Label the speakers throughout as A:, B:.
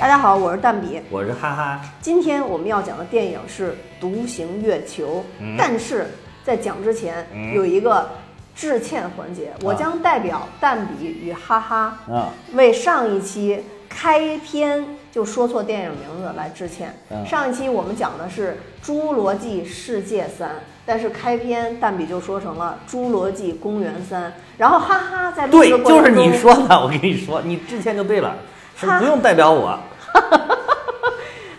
A: 家好，我是蛋比。
B: 我是哈哈，
A: 今天我们要讲的电影是《独行月球》，但是在讲之前、
B: 嗯
A: 有一个致歉环节，我
B: 啊
A: 将代表蛋比与哈哈
B: 啊，
A: 为上一期开篇就说错电影名字来致歉。
B: 嗯
A: 上一期我们讲的是《侏罗纪世界三》，但是开篇蛋比就说成了《侏罗纪公园三》，然后哈哈在录
B: 对
A: 制的，过
B: 就
A: 程
B: 是
A: 中，
B: 你说的， 我跟你说，你之前就对了，是
A: 哈
B: 不用代表我。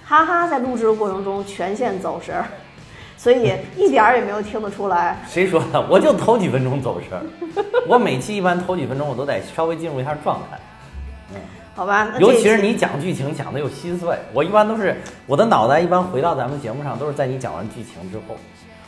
A: 哈哈在录制的过程中全线走神儿，所以一点儿也没有听得出来。
B: 谁说的？我就头几分钟走 神儿，我每期一般头几分钟我都得稍微进入一下状态，
A: 好吧，那
B: 尤
A: 这一
B: 其是
A: 期
B: 你讲剧情讲的又心碎，我一般都是我的脑袋一般回到咱们节目上都是在你讲完剧情之后。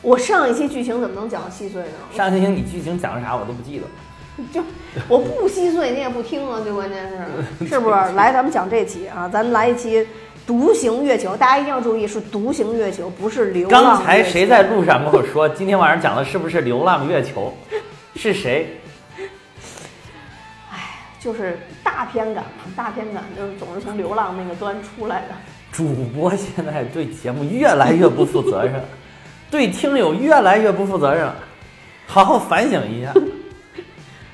A: 我上一期剧情怎么能讲细碎呢？
B: 上星期你剧情讲的啥我都不记得，
A: 就我不细碎，你也不听啊，最关键 是是不是？来，咱们讲这期啊，咱来一期《独行月球》，大家一定要注意是《独行月球》，不是《流浪月球》。
B: 刚才谁在路上跟我说今天晚上讲的是不是《流浪月球》？是谁？
A: 就是大片感嘛，大片感就是总是从流浪那个端出来的。
B: 主播现在对节目越来越不负责任， 对听友越来越不负责任，好好反省一 下。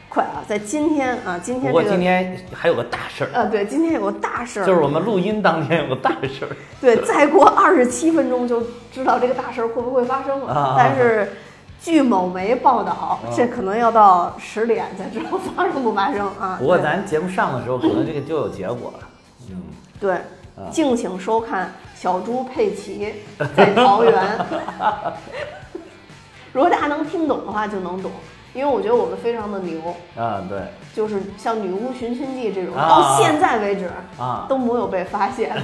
A: 快啊，在今天啊，今
B: 不
A: 天
B: 过
A: 这个
B: 今天还有个大事儿，
A: 呃，对，今天有个大事儿，
B: 就是我们录音当天有个大事儿。
A: 对，再过二十七分钟就知道这个大事儿会不会发生了。
B: 啊
A: 但是据某媒报道，
B: 啊
A: 这可能要到十点才知道发生不发生啊。
B: 不过
A: 对
B: 咱节目上的时候，可能这个就有结果了。嗯，
A: 对，
B: 啊
A: 敬请收看小猪佩 奇在桃园。 如果大家能听懂的话，就能懂，因为我觉得我们非常的牛，
B: 啊，对，
A: 就是像《女巫寻亲记》这种，
B: 啊
A: 到现在为止
B: 啊
A: 都没有被发 现。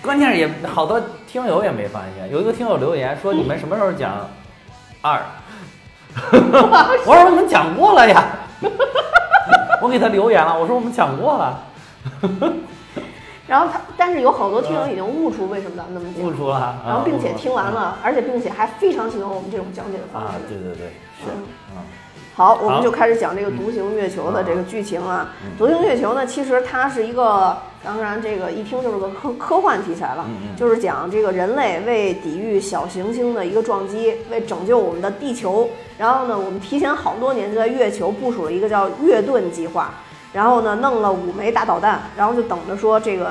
B: 关键是也好多听友也没发现，有一个听友留言说你们什么时候讲二？我说我们讲过了呀， 我给他留言了，我说我们讲过了，
A: 然后他，但是有好多听友已经悟出为什么咱们那么讲
B: 悟。出了啊。
A: 然后并且
B: 悟出
A: 听完了，而且并且还非常喜欢我们这种讲解的方
B: 啊
A: 式。，
B: 对对对，是，嗯，
A: 好，我们就开始讲这个《独行月球》的这个剧情啊。
B: 嗯
A: 《独行月球》呢，其实它是一个，当然这个一听就是个科科幻题材了，
B: 嗯
A: 就是讲这个人类为抵御小行星的一个撞击，为拯救我们的地球。然后呢，我们提前好多年就在月球部署了一个叫月盾计划，然后呢，弄了五枚大导弹，然后就等着说这个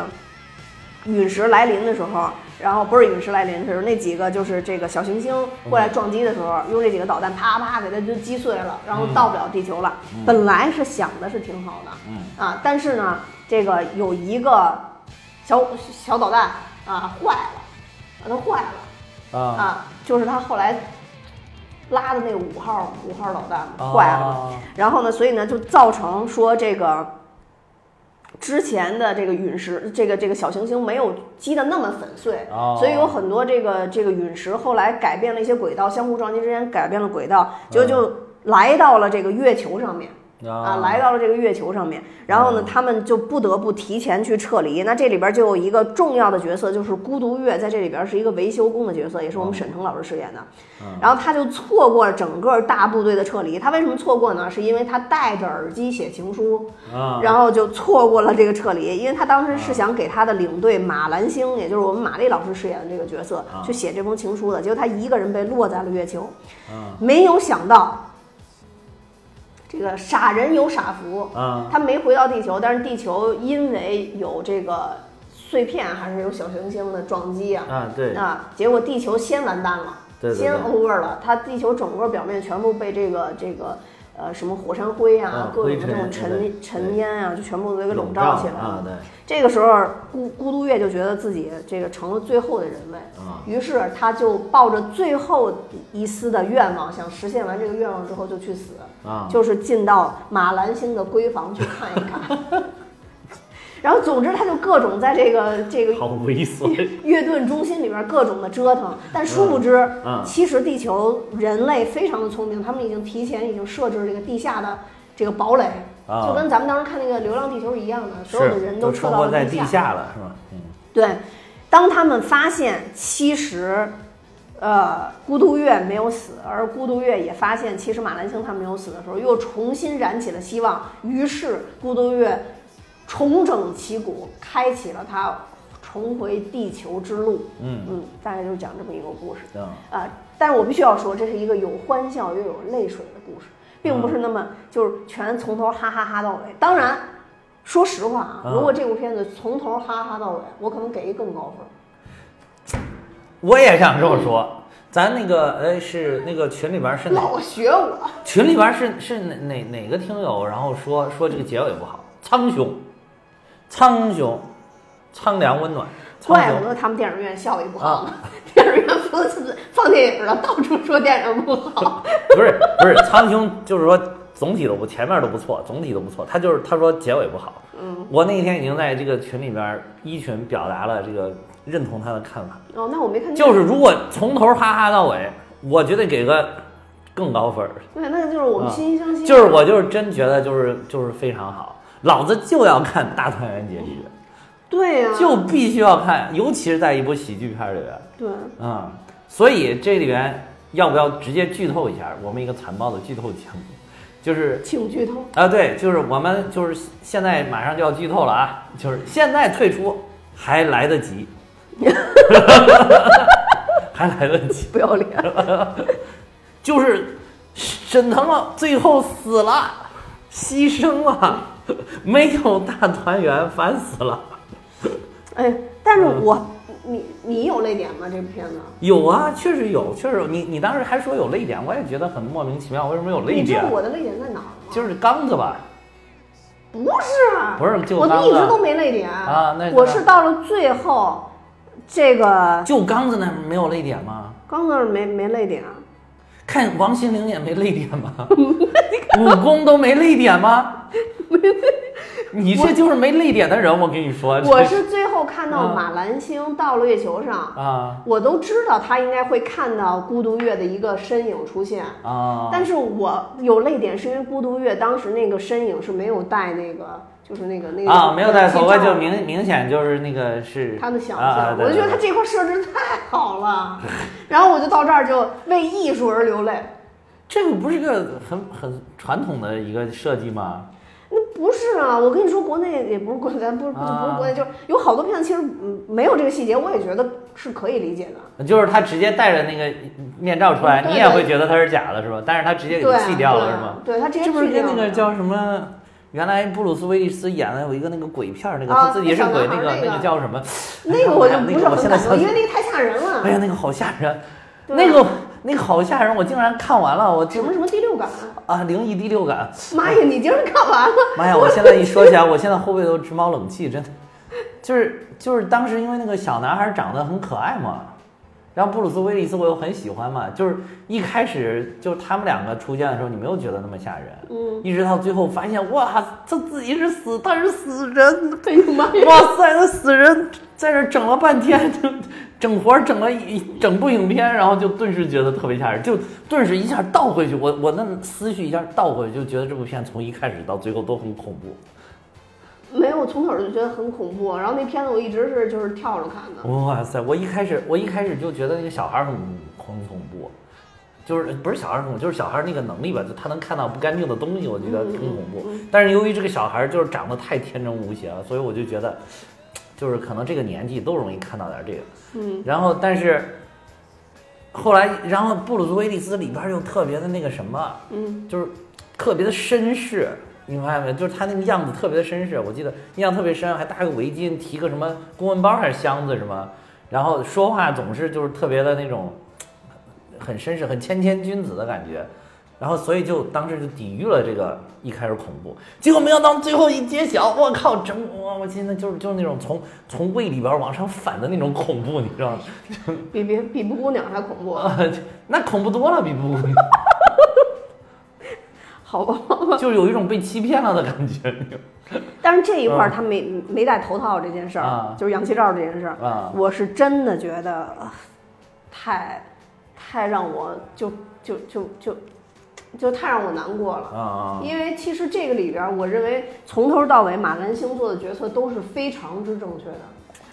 A: 陨石来临的时候，然后不是陨石来临的时候，那几个就是这个小行星过来撞击的时候，用这几个导弹啪啪给它就击碎了，然后到不了地球了。本来是想的是挺好的，
B: 嗯
A: 啊，但是呢，这个有一个小小导弹啊坏了，啊它坏了
B: 啊
A: 啊，就是它后来拉的那五号五号导弹
B: 啊
A: 坏了。然后呢，所以呢，就造成说这个之前的这个陨石，这个这个小行星没有击的那么粉碎，
B: 哦
A: 所以有很多这个这个陨石后来改变了一些轨道，相互撞击之间改变了轨道，结果就来到了这个月球上面。啊，来到了这个月球上面，然后呢，他们就不得不提前去撤离。那这里边就有一个重要的角色，就是孤独月，在这里边是一个维修工的角色，也是我们沈腾老师饰演的。然后他就错过了整个大部队的撤离。他为什么错过呢？是因为他戴着耳机写情书，
B: 啊，
A: 然后就错过了这个撤离，因为他当时是想给他的领队马兰星，也就是我们马丽老师饰演的这个角色，
B: 啊
A: 去写这封情书的，结果他一个人被落在了月球。
B: 嗯
A: 没有想到，这个傻人有傻福，
B: 啊
A: 他没回到地球，但是地球因为有这个碎片还是有小行星的撞击啊，
B: 啊，对，
A: 啊，结果地球先完蛋了，
B: 对对对
A: 先 over 了，它地球整个表面全部被这个这个呃什么火山灰啊
B: 啊，
A: 各种
B: 灰
A: 这
B: 尘
A: 种
B: 对
A: 尘
B: 对
A: 尘烟啊，就全部都给笼罩
B: 罩
A: 起来了。
B: 啊，对，
A: 这个时候，孤孤独月就觉得自己这个成了最后的人类，
B: 啊
A: 于是他就抱着最后一丝的愿望，想实现完这个愿望之后就去死，
B: 啊
A: 就是进到马兰星的闺房去看一 看。然后，总之他就各种在这个这个
B: 好 猥琐，
A: 乐盾中心里边各种的折腾，但殊不知，
B: 嗯
A: 其实地球人类非常的聪明，他们已经提前已经设置这个地下的这个堡垒，
B: 啊
A: 就跟咱们当时看那个《流浪地球》一样的，所有的人
B: 都
A: 撤
B: 生
A: 到
B: 活
A: 了
B: 在
A: 地
B: 地下了，是吧？嗯，
A: 对，当他们发现其实，呃，孤独月没有死，而孤独月也发现其实马兰星他没有死的时候，又重新燃起了希望。于是孤独月重整旗鼓，开启了他重回地球之路。
B: 嗯
A: 嗯，大概就是讲这么一个故事。
B: 嗯
A: 啊、但是我必须要说，这是一个有欢笑又有泪水的故事，并不是
B: 嗯
A: 那么就是全从头哈哈哈到尾。当然，说实话啊，
B: 嗯
A: 如果这部片子从头哈哈到尾，我可能给一更高分。
B: 我也想这么说。咱那个呃是那个群里边是哪
A: 老学我，
B: 群里边是是哪哪哪个听友，然后说说这个结尾不好，苍穹，苍穹，苍凉温暖，苍
A: 怪不
B: 穹
A: 得他们电影院效益不好
B: 啊
A: 呢。电影院放放电影了，到处说电影不 好。
B: 不是不是苍穹，就是说总体都不前面都不错，总体都不错，他就是他说结尾不好。
A: 嗯，
B: 我那天已经在这个群里边一群表达了这个认同他的看法，
A: 哦，那我没看见。
B: 就是如果从头哈哈到尾，我觉得给个更高分儿。
A: 对，那就是我们
B: 啊
A: 惺惺相惜。
B: 就是我就是真觉得就是就是非常好，老子就要看大团圆结局。
A: 对呀、
B: 就必须要看，尤其是在一部喜剧片里边，
A: 对，
B: 嗯，所以这里边要不要直接剧透一下？我们一个残暴的剧透节目，就是
A: 请剧透。
B: 啊，对，就是我们就是现在马上就要剧透了啊，就是现在退出还来 得及，还来得及，
A: 不要脸，
B: 嗯就是沈腾了，最后死了，牺牲了，没有大团圆，烦死了。
A: 哎，但是
B: 嗯
A: 我，你你有泪点吗？这部片子，
B: 有啊，确实有，确实有。你你当时还说有泪点，我也觉得很莫名其妙，为什么有泪
A: 你知
B: 点
A: 道？我的泪点在哪儿吗？
B: 就是刚子吧，
A: 不是，啊
B: 不是就
A: 我
B: 刚
A: 一直
B: 刚
A: 都没泪点
B: 啊那
A: 我是到了最后，这个
B: 就刚子那儿没有泪点吗？
A: 刚那儿没没泪点，啊
B: 看王心凌也没泪点吗？ 武功都没泪点吗？你这就是没泪点的人，我跟你说，
A: 我
B: 这
A: 是最后看到
B: 啊
A: 马兰星到了月球上，
B: 啊
A: 我都知道他应该会看到孤独月的一个身影出现。
B: 啊，
A: 但是我有泪点，是因为孤独月当时那个身影是没有戴那个，就是那个那个
B: 啊，没有戴头发
A: 气罩
B: 就明明显就是那个是
A: 他的想象，
B: 啊啊对
A: 我就觉得
B: 对
A: 他这块设置太好了。然后我就到这儿就为艺术而流泪，
B: 这个不是个很很传统的一个设计吗？
A: 那不是啊！我跟你说，国内也不是国，咱不是不是
B: 啊
A: 不是国内，就是有好多片子其实嗯没有这个细节，我也觉得是可以理解的。
B: 就是他直接戴着那个面罩出来，
A: 嗯对
B: 你也会觉得它是假的，是吧？但是他直接给
A: 对
B: 它
A: 啊，
B: 剃掉
A: 对
B: 了，
A: 啊
B: 是吗？
A: 对他直接
B: 这不是
A: 剃掉
B: 跟那个
A: 了
B: 叫什么？原来布鲁斯威利斯演的有一个那个鬼片儿，那个
A: 啊
B: 他自己是鬼，
A: 那
B: 那
A: 小男孩那
B: 个
A: 个嗯
B: 那个叫什么？
A: 那个我就
B: 那
A: 不
B: 个
A: 是
B: 我
A: 很
B: 现在
A: 感动，
B: 想
A: 因
B: 起
A: 为，那个太吓人了。
B: 哎 呀，那个好吓人，
A: 对
B: 那个那个好吓人，我竟然看完了，我
A: 什
B: 就
A: 么什么第六感，
B: 啊灵异第六感，
A: 妈呀！你竟然看完了，
B: 妈呀！我现在一说起来，我现在后背都直冒冷气，真的，就是就是当时因为那个小男孩长得很可爱嘛，然后布鲁斯威利斯我又很喜欢嘛，就是一开始就是他们两个出现的时候，你没有觉得那么吓人，
A: 嗯，
B: 一直到最后发现，哇，他自己是死，他是死人，
A: 哎呦妈呀！
B: 哇塞，那死人在这儿整了半天， 整整活儿整了一整部影片，然后就顿时觉得特别吓人，就顿时一下倒回去，我我那思绪一下倒回去，就觉得这部片从一开始到最后都很恐怖。
A: 没有，我从小就觉得很恐怖。然后那片子我一直是就是跳着看的，
B: 哇塞！我一开始我一开始就觉得那个小孩儿很很恐怖，就是不是小孩儿恐怖，就是小孩儿那个能力吧，就他能看到不干净的东西，我觉得挺恐怖。但是由于这个小孩儿就是长得太天真无邪了，所以我就觉得，就是可能这个年纪都容易看到点儿这个。
A: 嗯，
B: 然后但是后来，然后布鲁斯威利斯里边儿又特别的那个什么，
A: 嗯。
B: 就是特别的绅士，你发现没有？就是他那个样子特别的绅士，我记得印象特别深，还搭个围巾，提个什么公文包还是箱子什么，然后说话总是就是特别的那种很绅士、很谦谦君子的感觉。然后，所以就当时就抵御了这个一开始恐怖，结果没想到最后一揭晓，我靠，整我我现在就是就是那种从从胃里边往上反的那种恐怖，你知道吗？
A: 比比比布谷鸟还恐怖，
B: 啊， 那恐怖多了，比不比，
A: 好吧？
B: 就是有一种被欺骗了的感觉，你知道吗
A: 但是这一块儿他没、没戴头套这件事儿，
B: 嗯啊
A: 就是氧气罩这件事儿，
B: 啊
A: 我是真的觉得呃太太让我就就就就就太让我难过了。
B: 啊啊！
A: 因为其实这个里边儿，我认为从头到尾马兰星做的决策都是非常之正确的，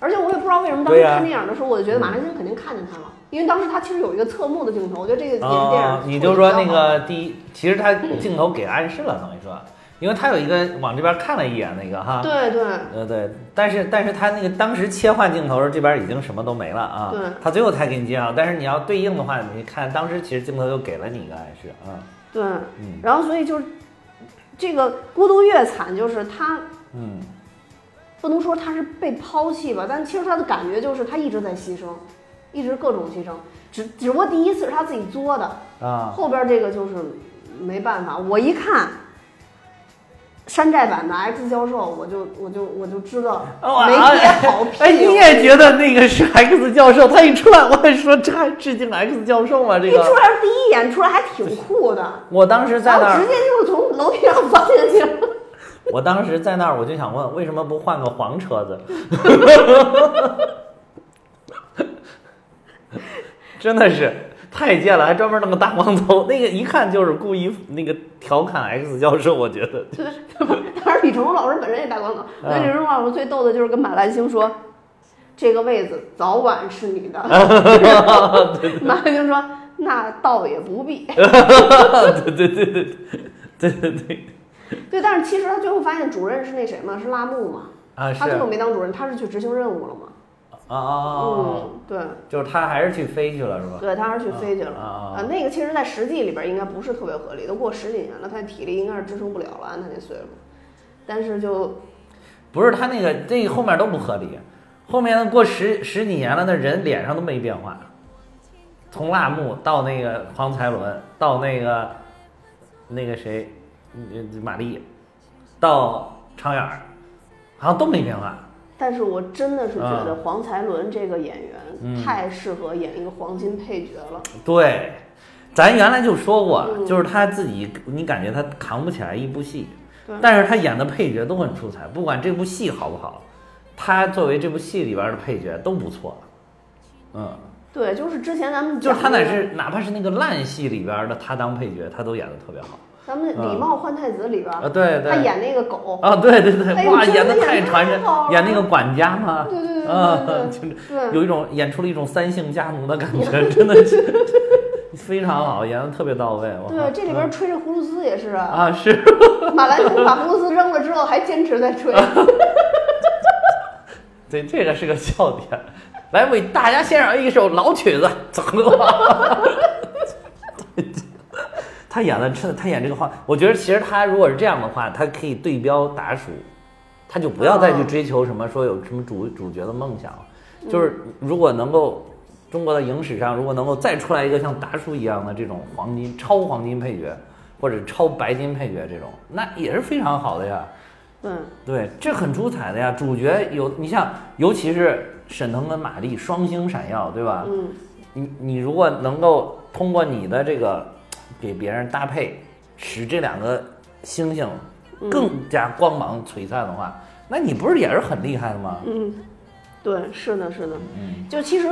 A: 而且我也不知道为什么当时
B: 对呀嗯
A: 看电影的时候，我就觉得马兰星肯定看见他了，因为当时他其实有一个侧幕的
B: 啊哦
A: 镜头，我觉得这个也是电影处理得比较好的。
B: 你就说那个第一，其实他镜头给暗示了，等于说，因为他有一个往这边看了一眼那个哈，
A: 啊对对，
B: 呃对，但是但是他那个当时切换镜头的时候，这边已经什么都没了啊，
A: 对
B: 他最后才给你介绍，但是你要对应的话，你看当时其实镜头又给了你一个暗示啊，
A: 对，
B: 嗯
A: 然后所以就是这个孤独越惨，就是他
B: 嗯
A: 不能说他是被抛弃吧，但其实他的感觉就是他一直在牺牲，一直各种牺牲，只只不过第一次是他自己作的，
B: 啊，
A: 后边这个就是没办法。我一看山寨版的 X 教授，我就我就我就知道
B: 哦
A: 没
B: 啊
A: 憋好屁。
B: 哎，你也觉得那个是 X 教授，他一出来，我还说这还致敬 X 教授吗？这
A: 一出
B: 个，
A: 来第一眼出来还挺酷的，
B: 我当时在
A: 然
B: 那
A: 后
B: 儿
A: 直，接就从楼梯上翻下去了。
B: 我当时在那儿，我就想问，为什么不换个黄车子？ 真的是太贱了，还专门弄个大光头，那个一看就是故意那个调侃 X 教授，我觉 得
A: 对，当然李成儒老师本人也大光
B: 嗯
A: 头，那李成儒老师最逗的就是跟马兰星说。这个位子早晚是你 的。马兰星说：“那倒也不 必。
B: 对对对对对对对”
A: 对，但是其实他最后发现主任是那谁嘛，是拉木嘛。
B: 啊是
A: 他最后
B: 啊
A: 没当主任，他是去执行任务了嘛？
B: 啊啊，
A: 嗯，对，
B: 就是他还是去飞去了是吧？
A: 对，他是去飞去了。
B: 啊啊
A: 啊，那个其实，在实际里边应该不是特别合理，都过十几年了，他体力应该是支撑不了了，按他那岁数。但是就
B: 不是他那个这后面都不合理，后面过十十几年了，那人脸上都没变化，从辣木到那个黄才伦，到那个那个谁，嗯玛丽，到常远儿，好像都没变化。
A: 但是我真的是觉得
B: 啊
A: 黄才伦这个演员、
B: 嗯
A: 太适合演一个黄金配角了。
B: 对，咱原来就说过，
A: 嗯
B: 就是他自己，你感觉他扛不起来一部戏
A: 对，
B: 但是他演的配角都很出彩，不管这部戏好不好，他作为这部戏里边的配角都不错。嗯。
A: 对，就是之前咱们
B: 就是他
A: 哪
B: 哪是哪怕是那个烂戏里边的他当配角，他都演的特别好
A: 咱们《礼貌换太子》里边，
B: 嗯啊！对
A: 他
B: 对，
A: 演那个狗，
B: 啊对对对
A: 哎，呦
B: 哇，
A: 真的
B: 演的太传神
A: 演得太好，了
B: 演那个管家嘛，
A: 对对对
B: 啊
A: 对，
B: 就是
A: 对，
B: 有一种演出了一种三姓家奴的感觉，真的是 非常好，演的特别到位。 我靠
A: 对，这里边吹着葫芦丝也是，啊、
B: 啊是
A: 马兰星把葫芦丝扔了之后还坚持在 吹。
B: 对，这个是个笑点。来为大家献上一首老曲子，怎么了？ 他演的真的，他演这个话，我觉得其实他如果是这样的话，他可以对标达叔，他就不要再去追求什么说有什么主主角的梦想了。就是如果能够中国的影史上，如果能够再出来一个像达叔一样的这种黄金超黄金配角，或者超白金配角这种，那也是非常好的呀。
A: 对，
B: 对，这很出彩的呀。主角有你像，尤其是沈腾跟马丽双星闪耀，对吧？
A: 嗯，
B: 你你如果能够通过你的这个给别人搭配，使这两个星星
A: 嗯
B: 更加光芒璀璨的话，那你不是也是很厉害的吗？
A: 嗯，对，是的，是的。
B: 嗯，
A: 就其实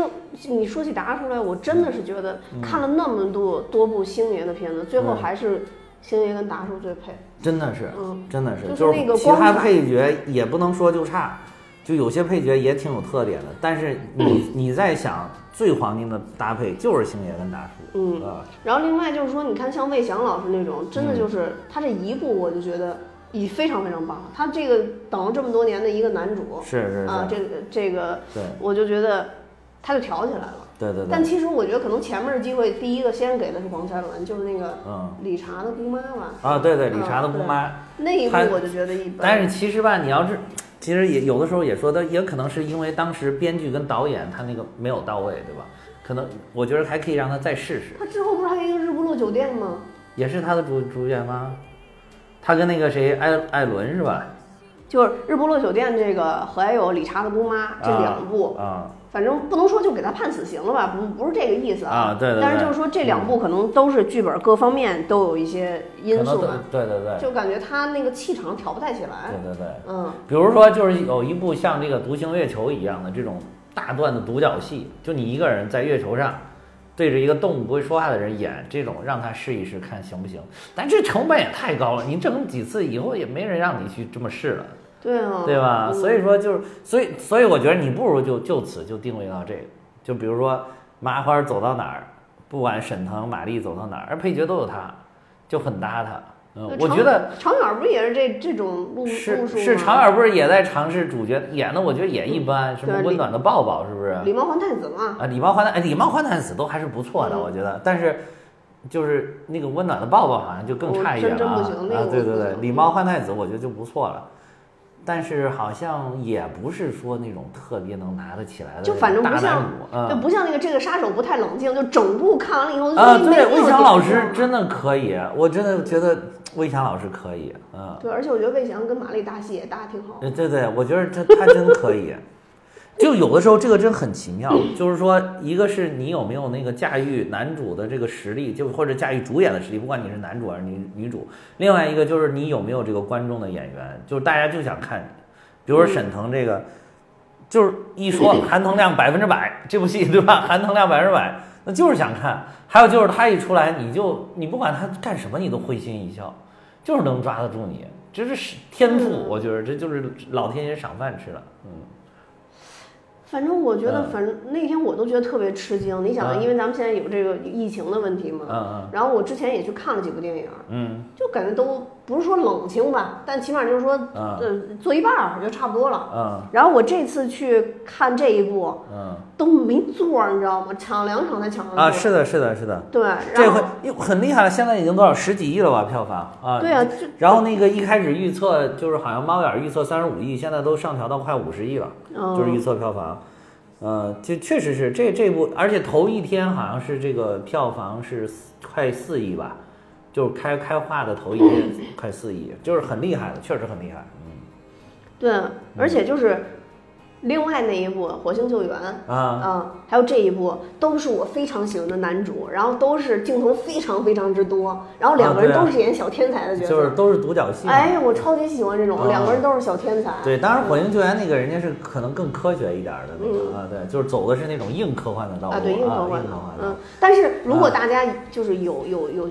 A: 你说起达出来，我真的是觉得
B: 嗯
A: 看了那么多多部星爷的片子，最后还是星爷跟达叔最配。
B: 真的是，
A: 嗯
B: 真的是，
A: 就是
B: 就
A: 那个
B: 其
A: 光
B: 他
A: 彩
B: 配角也不能说就差，就有些配角也挺有特点的，但是
A: 嗯
B: 你你在想最黄金的搭配就是星爷跟达叔，
A: 嗯
B: 啊，
A: 然后另外就是说，你看像魏翔老师那种，真
B: 嗯
A: 的就是他这一部我就觉得已非常非常棒了。他这个等了这么多年的一个男主
B: 是是是，
A: 啊，这个这个
B: 对。
A: 我就觉得他就挑起来了。
B: 对对
A: 但
B: 对，
A: 其实我觉得可能前面的机会，第一个先给的是黄才伦，就是那个
B: 嗯
A: 理查的姑妈吧。
B: 啊，对对，
A: 嗯
B: 理查的姑妈。
A: 那一部
B: 他
A: 我就觉得一般。
B: 但是其实吧，你要是，其实也有的时候也说的，也可能是因为当时编剧跟导演他那个没有到位，对吧？可能我觉得还可以让他再试试，
A: 他之后不是还有一个日不落酒店吗？
B: 也是他的主主演吗？他跟那个谁艾艾伦是吧？
A: 就是日不落酒店这个，还有理查的姑妈这两部，
B: 啊
A: 反正不能说就给他判死刑了吧，不不是这个意思
B: 啊，对对对，
A: 但是就是说这两部可能都是剧本各方面都有一些因素
B: 可能
A: 吧，
B: 对对对
A: 就感觉他那个气场挑不太起来。
B: 对对对。
A: 嗯，
B: 比如说，就是有一部像这个《独行月球》一样的这种大段的独角戏，就你一个人在月球上对着一个动物不会说话的人演，这种让他试一试看行不行。但这成本也太高了，你整几次以后也没人让你去这么试了，
A: 对啊，
B: 对吧？
A: 嗯
B: 所以说就是，所以所以我觉得你不如就就此就定位到这个，就比如说麻花走到哪儿，不管沈腾、马丽走到哪儿，而配角都有他，就很搭他。嗯
A: 呃，
B: 我
A: 长
B: 觉得
A: 长远不也是这这种路路
B: 是
A: 数
B: 是
A: 吗
B: 长远不是也在尝试主角演的，我觉得也一般，什么
A: 对
B: 温
A: 李
B: 暖的抱抱是不是？
A: 礼貌换太子嘛，
B: 啊，礼貌换太哎，礼貌换太子都还是不错的，
A: 嗯
B: 我觉得，但是。就是那个温暖的抱抱，好像就更
A: 我
B: 差一
A: 哦真
B: 点了
A: 真不
B: 啊！
A: 行那个
B: 啊
A: 我
B: 对
A: 不
B: 对对，
A: 行
B: 礼貌换太子，我觉得就不错了，但是好像也不是说那种特别能拿得起来的
A: 就反正不
B: 大男
A: 像
B: 主，嗯、
A: 就不像那个这个杀手不太冷静，就整部看完了以后
B: 啊，
A: 没
B: 对，
A: 有
B: 魏翔
A: 点
B: 老
A: 上
B: 师真的可以，我真的觉得魏翔老师可以，嗯，
A: 对，而且我觉得魏翔跟马丽搭戏也搭得挺好。
B: 呃对对，我觉得他他真可以。就有的时候这个真很奇妙，就是说，一个是你有没有那个驾驭男主的这个实力，就或者驾驭主演的实力，不管你是男主还是女女主；另外一个就是你有没有这个观众的演员，就是大家就想看你，比
A: 嗯
B: 如说沈腾这个，就是一说含腾量百分之百，这部戏对吧？含腾量百分之百，那就是想看。还有就是他一出来，你就你不管他干什么，你都会心一笑，就是能抓得住你，这是天赋，
A: 嗯
B: 我觉得这就是老天爷赏饭吃的，嗯，
A: 反正我觉得，
B: 嗯
A: 反正那天我都觉得特别吃惊。你想，
B: 嗯
A: 因为咱们现在有这个疫情的问题嘛，
B: 嗯
A: 然后我之前也去看了几部电影，
B: 嗯
A: 就感觉都不是说冷清吧，但起码就是说，
B: 嗯嗯
A: 呃，做一半儿就差不多了。
B: 嗯
A: 然后我这次去看这一部
B: 嗯
A: 都没座儿，你知道吗？抢两场才抢上座
B: 啊，是的，是的，是的，
A: 对，嗯
B: 这
A: 然
B: 回
A: 后
B: 哟很厉害了，现在已经多少十几亿了吧票房啊？
A: 对啊，就
B: 然后那个一开始预测就是好像猫眼儿预测三十五亿，现在都上调到快五十亿了。就是预
A: 嗯，
B: 测票房。呃，这确实是这这部，而且头一天好像是这个票房是四快四亿吧，就是开开画的头一天 快四亿，就是很厉害的，确实很厉害。
A: 对，
B: 嗯
A: 而且就是另外那一部《火星救援》。
B: 嗯啊，
A: 嗯，还有这一部都是我非常喜欢的男主，然后都是镜头非常非常之多，然后两个人
B: 啊对啊
A: 都是演小天才的角色。
B: 就是都是独角戏嘛。
A: 哎呀，我超级喜欢这种，
B: 啊
A: 两个人都是小天才。
B: 对，当然火星救援那个人家是可能更科学一点儿的那种啊，对，就是走的是那种硬科幻的道路
A: 嗯啊，对，硬科幻的
B: 啊硬啊科幻，
A: 嗯
B: 的。。
A: 但是如果大家就是有有有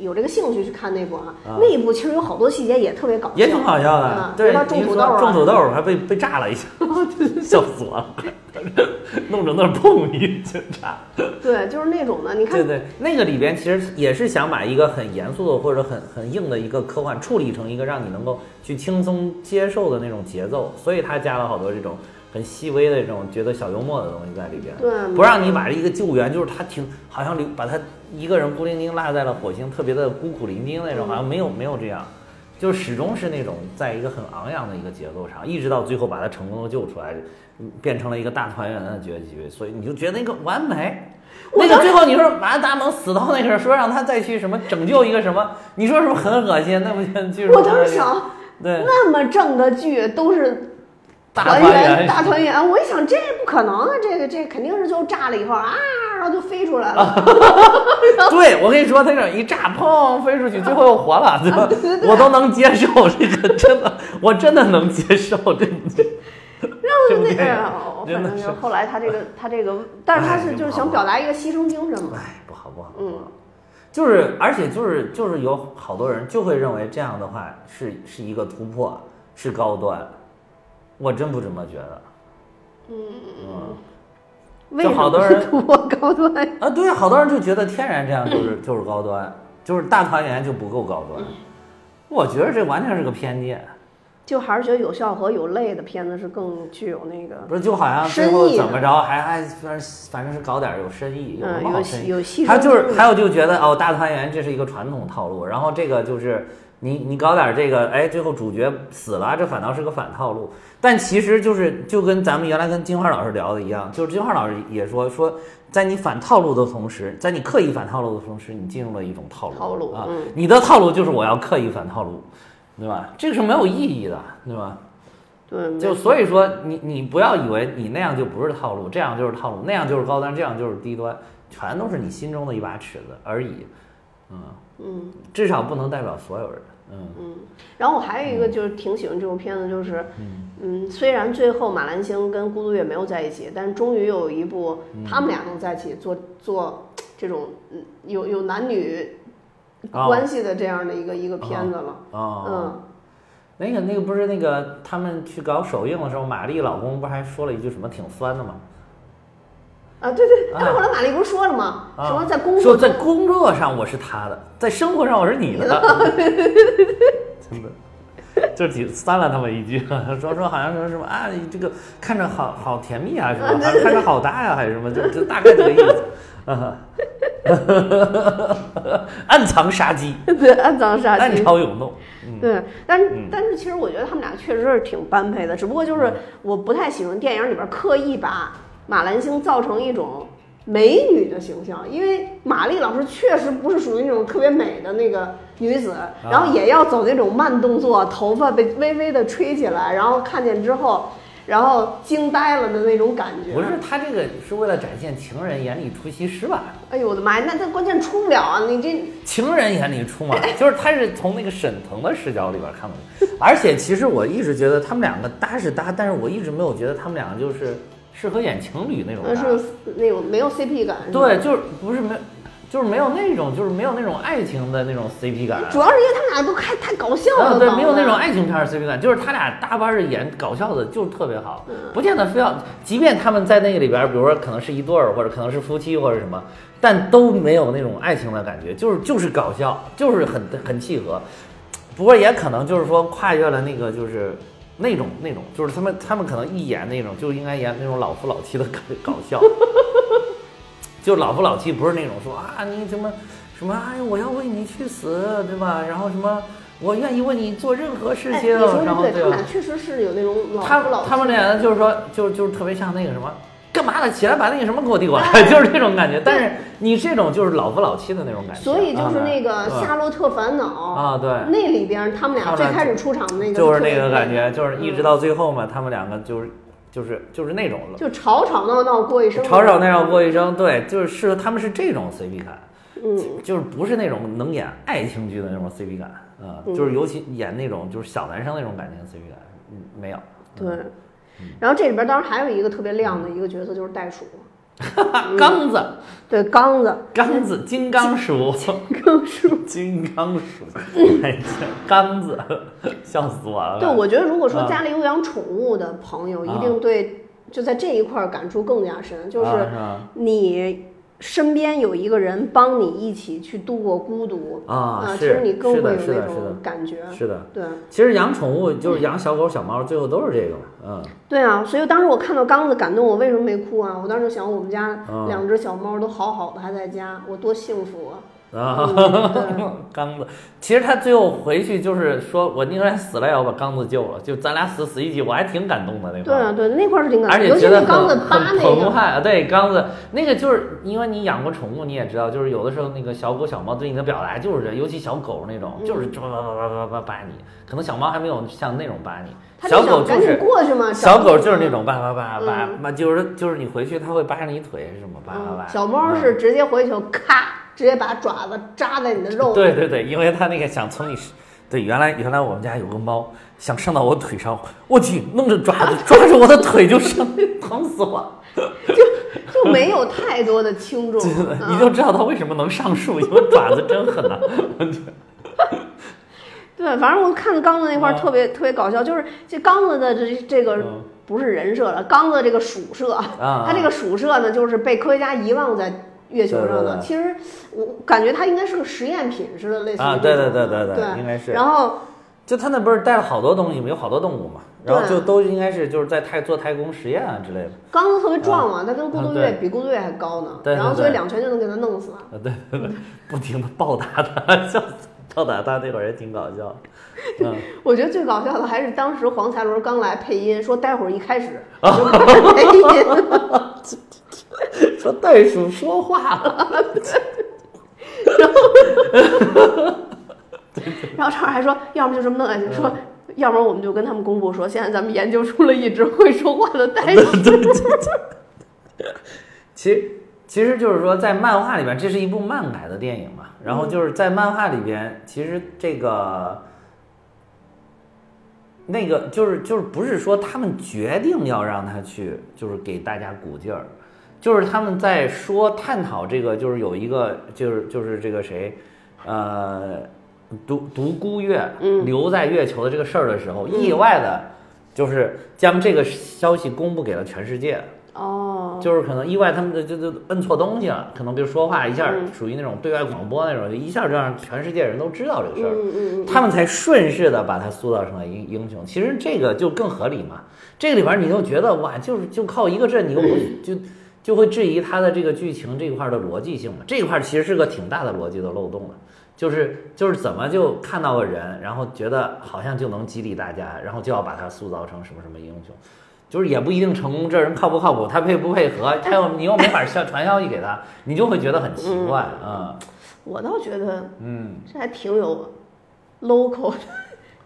A: 有这个兴趣去看那部啊
B: 啊，
A: 那一部其实有好多细节也特别搞笑，
B: 也挺好笑的
A: 啊，
B: 对，
A: 比如说种
B: 你
A: 土
B: 说
A: 豆啊
B: 种土豆儿还被被炸了一下， 笑死我了，弄着那儿砰一下就 炸。
A: 对，就是那种的。你
B: 对
A: 看，
B: 对，那个里边其实也是想把一个很严肃的或者很很硬的一个科幻处理成一个让你能够去轻松接受的那种节奏，所以他加了好多这种很细微的这种觉得小幽默的东西在里边，
A: 对
B: 不让你把一个救援就是他挺好像留把他一个人孤零零落在了火星，特别的孤苦伶仃那种，好像没有没有这样。就是始终是那种在一个很昂扬的一个节奏上，一直到最后把他成功的救出来，嗯变成了一个大团圆的结局，所以你就觉得那个完美。
A: 我
B: 那个
A: 当
B: 最后你说马达蒙死到那个说让他再去什么拯救一个什么，你说是不是很恶心？那不就就是
A: 我当时想，
B: 对
A: 那么正的剧都是
B: 大
A: 团
B: 团
A: 圆
B: 圆
A: 大团圆，我一想这不可能啊，这个这肯定是就炸了以后啊，然后就飞出来了。
B: 啊对，我跟你说，那种一炸，砰飞出去，最后又活了，
A: 啊
B: 对吧？我都能接受这个，真的，我真的能接受这这这
A: 然
B: 部
A: 后那
B: 电
A: 个，
B: 影。
A: 哦
B: 真
A: 反
B: 的
A: 正就是是后来他这个他这个，但是他
B: 哎
A: 是就是想表达一个牺牲精神嘛。
B: 哎，不好不好，
A: 嗯
B: 不好，就是而且就是就是有好多人就会认为这样的话是是一个突破，是高端，我真不这么觉得。嗯
A: 为什么
B: 好多 人
A: 突破高端？
B: 啊，对，好多人就觉得天然这样
A: 嗯
B: 就是就是高端，就是大团圆就不够高端。我觉得这完全是个偏见，
A: 就还是觉得有笑和有泪的片子是更具有那个，
B: 不是就好像最
A: 深
B: 后
A: 意
B: 怎么着还还反正反正是搞点有深意，有什
A: 嗯，
B: 么好
A: 有
B: 深意
A: 牺？有牺牲精神。
B: 他就是还有就觉得哦，大团圆这是一个传统套路，然后这个就是你你搞点这个，哎，最后主角死了，这反倒是个反套路。但其实就是就跟咱们原来跟金花老师聊的一样，就是金花老师也说说，在你反套路的同时，在你刻意反套路的同时，你进入了一种套路
A: 套路
B: 啊
A: 嗯，
B: 你的套路就是我要刻意反套路，对吧？这个是没有意义的，对吧？
A: 对，
B: 就所以说你，你不要以为你那样就不是套路，这样就是套路，那样就是高端，这样就是低端，全都是你心中的一把尺子而已。嗯，
A: 嗯
B: 至少不能代表所有人。嗯
A: 嗯。然后我还有一个就是挺喜欢这部片子，就是嗯，虽然最后马兰星跟孤独月没有在一起，但是终于有一部
B: 嗯
A: 他们俩能在一起做做这种嗯有有男女
B: 啊
A: 关系的这样的一个一个片子了。
B: 哦，
A: 嗯，
B: 那个那个不是那个他们去搞首映的时候，玛丽老公不是还说了一句什么挺酸的吗？
A: 啊，对对，
B: 啊
A: 但是后来玛丽不是说了吗？
B: 啊
A: 什么在工作
B: 说在工作上我是他的，在生活上我是你 的，真的。就是挺酸了他们一句， 说说好像说什么啊，你这个看着好好甜蜜啊，什么，还是看着好搭呀、还是什么，就就大概这个意思。啊， 暗藏杀机，
A: 对暗藏杀
B: 暗
A: 机，
B: 潮涌动。
A: 对，但
B: 嗯
A: 但是其实我觉得他们俩确实是挺般配的，只不过就是我不太喜欢电影里边刻意把马兰星造成一种美女的形象，因为玛丽老师确实不是属于那种特别美的那个女子，
B: 啊
A: 然后也要走那种慢动作，头发被微微的吹起来，然后看见之后，然后惊呆了的那种感觉。
B: 不是，他这个是为了展现情人眼里出西施吧？
A: 哎呦我的妈呀，那那关键出不了啊！你这
B: 情人眼里 出马，就是他是从那个沈腾的视角里边看过去。而且其实我一直觉得他们两个搭是搭，但是我一直没有觉得他们两个就是适合演情侣那种
A: 呃
B: 搭。
A: 是那种没有 CP 感，是吧
B: 啊对，就是不是没有，就是没有那种就是没有那种爱情的那种 CP 感。
A: 主要是因为他们俩都太太搞笑了，
B: 啊，对，
A: 搞
B: 没有
A: 得
B: 那种爱情片儿 CP 感，就是他俩搭班儿演搞笑的，就特别
A: 嗯
B: 好，不见得非要，即便他们在那个里边儿，比如说可能是一对儿，或者可能是夫妻或者什么，但都没有那种爱情的感觉，就是就是搞笑，就是很很契合。不过也可能就是说跨越了那个就是那种那种，就是他们他们可能一演那种就应该演那种老夫老妻的搞搞笑。 就老夫老妻不是那种说啊，你怎么什么哎，我要为你去死，对吧？然后什么，我愿意为你做任何事
A: 哎，
B: 情，
A: 你说
B: 然后
A: 的对，他们
B: 吧
A: 俩？确实是有那种老
B: 他
A: 夫老妻
B: 他们俩就是说，就就是特别像那个什么，干嘛呢？起来把那个什么给我递过
A: 哎
B: 来， 就是这种感觉。但是你这种就是老夫老妻的那种感觉，
A: 所以就是那个《
B: 啊
A: 夏洛特烦恼》
B: 啊，对。
A: 那里边他们俩最开始出场的那个
B: 就是那
A: 特
B: 个
A: 别嗯
B: 感，觉，就是一直到最后嘛，他们两个就是就是就是那种
A: 就吵吵闹闹过一生活，
B: 吵吵闹闹过一生，对，就是适合他们是这种 CP 感，
A: 嗯，
B: 就是不是那种能演爱情剧的那种 CP 感啊、
A: 嗯
B: 就是尤其演那种就是小男生那种感情 CP 感，嗯，没有。
A: 对。然后这里边当然还有一个特别亮的一个角色就是袋鼠，嗯
B: 啊， 刚子，
A: 对刚子
B: 刚子，金刚鼠，
A: 刚鼠。 嗯
B: 金刚鼠， 哎呀，刚子，笑死我了。
A: 对，我觉得如果说
B: 啊
A: 家里有养宠物的朋友，一
B: 啊
A: 定对就在这一块儿感触更加深，就
B: 啊
A: 是
B: 是吧
A: 你身边有一个人帮你一起去度过孤独
B: 啊
A: 啊，
B: 是
A: 其实你更
B: 是
A: 会
B: 的
A: 有
B: 是
A: 那
B: 的是的
A: 种感觉。
B: 是的，
A: 对
B: 其实养宠物就是养小狗、小猫，最后都是这个嘛，嗯。
A: 对啊，所以当时我看到刚子感动，我为什么没哭啊？我当时就想，我们家
B: 啊
A: 两只小猫都好好的还在家，我多幸福啊！
B: 啊
A: 嗯，
B: 刚子，其实他最后回去就是说，我宁愿死了也要把刚子救了，就咱俩死死一起，我还挺感动的那
A: 对
B: 块儿，
A: 啊，对，那块儿是挺感
B: 而
A: 动，
B: 且
A: 尤其
B: 觉
A: 是
B: 得
A: 刚子
B: 很
A: 扒
B: 很
A: 那
B: 澎
A: 个，
B: 湃啊。对，刚子那个就是因为你养过宠物，你也知道，就是有的时候那个小狗小猫对你的表达就是这，尤其小狗那种，就是叭叭叭叭叭叭扒你，可能小猫还没有像那种扒
A: 他
B: 你，小
A: 就
B: 狗
A: 想
B: 就
A: 赶紧
B: 是。
A: 过去嘛。
B: 小
A: 找
B: 狗
A: 你
B: 就是
A: 嘛
B: 那种叭叭叭叭
A: 嗯
B: 叭，就是就是你回去它会扒着你腿是什么叭叭叭。
A: 嗯小猫
B: 嗯
A: 是直接回去就咔，直接把爪子扎在你的肉。
B: 对对对，因为它那个想从你，对，原来原来我们家有个猫想上到我腿上，我去，弄着爪子抓着我的腿就上， 疼死我了！
A: 就没有太多的轻 重。
B: 真的，
A: 啊
B: 你就知道它为什么能上树，因为爪子真狠 呐、
A: 对，反正我看刚子那块儿特别、特别搞笑，就是这刚子的这这个
B: 嗯
A: 不是人设了，刚子这个鼠舍，
B: 啊
A: 他这个鼠舍呢，就是被科学家遗忘在月球上的。
B: 对对对
A: 其实我感觉它应该是个实验品似的，类似于
B: 啊
A: 这种
B: 对
A: 的
B: 对对对
A: 对
B: 对应该是
A: 然后
B: 就它那不是带了好多东西吗？有好多动物嘛，然后
A: 对
B: 就都应该是就是在太做太空实验啊之类的。
A: 刚子特别壮嘛，他跟孤独
B: 啊
A: 月
B: 对
A: 比孤独月还高呢，
B: 对对
A: 然后所以
B: 对
A: 两拳就能给他弄死。
B: 啊，对对对，不停的暴打它，笑死！暴打它那会儿也挺搞笑。嗯，
A: 我觉得最搞笑的还是当时黄才伦刚来配音，说待会儿一开 始就开始配音，
B: 说袋鼠说话了。
A: 然后超儿还说，要么就这么弄下
B: 嗯
A: 去，说，要不然我们就跟他们公布说，现在咱们研究出了一只会说话的袋鼠。
B: 嗯其实其实就是说，在漫画里边，这是一部漫改的电影嘛。然后就是在漫画里边，其实这个那个就是就是不是说他们决定要让他去，就是给大家鼓劲儿，就是他们在说探讨这个，就是有一个就是就是这个谁，呃，独独孤月留在月球的这个事儿的时候，意外的，就是将这个消息公布给了全世界。
A: 哦，
B: 就是可能意外他们就就就摁错东西了，可能比如说话一下
A: 嗯
B: 属于那种对外广播那种，就一下就让全世界人都知道这
A: 嗯
B: 个事儿。
A: 嗯嗯嗯，
B: 他们才顺势的把他塑造成了英英雄。其实这个就更合理嘛。这个里边儿你就觉得哇，就是就靠一个这，你又不就就会质疑他的这个剧情这一块儿的逻辑性嘛。这一块儿其实是个挺大的逻辑的漏洞了。就是就是怎么就看到个人，然后觉得好像就能激励大家，然后就要把他塑造成什么什么英雄，就是也不一定成功。这人靠不靠谱，他配不配合， 他又你又没法儿消传消息给他，你就会觉得很奇怪
A: 嗯
B: 啊。
A: 我倒觉得
B: 嗯，
A: 这还挺有 local 的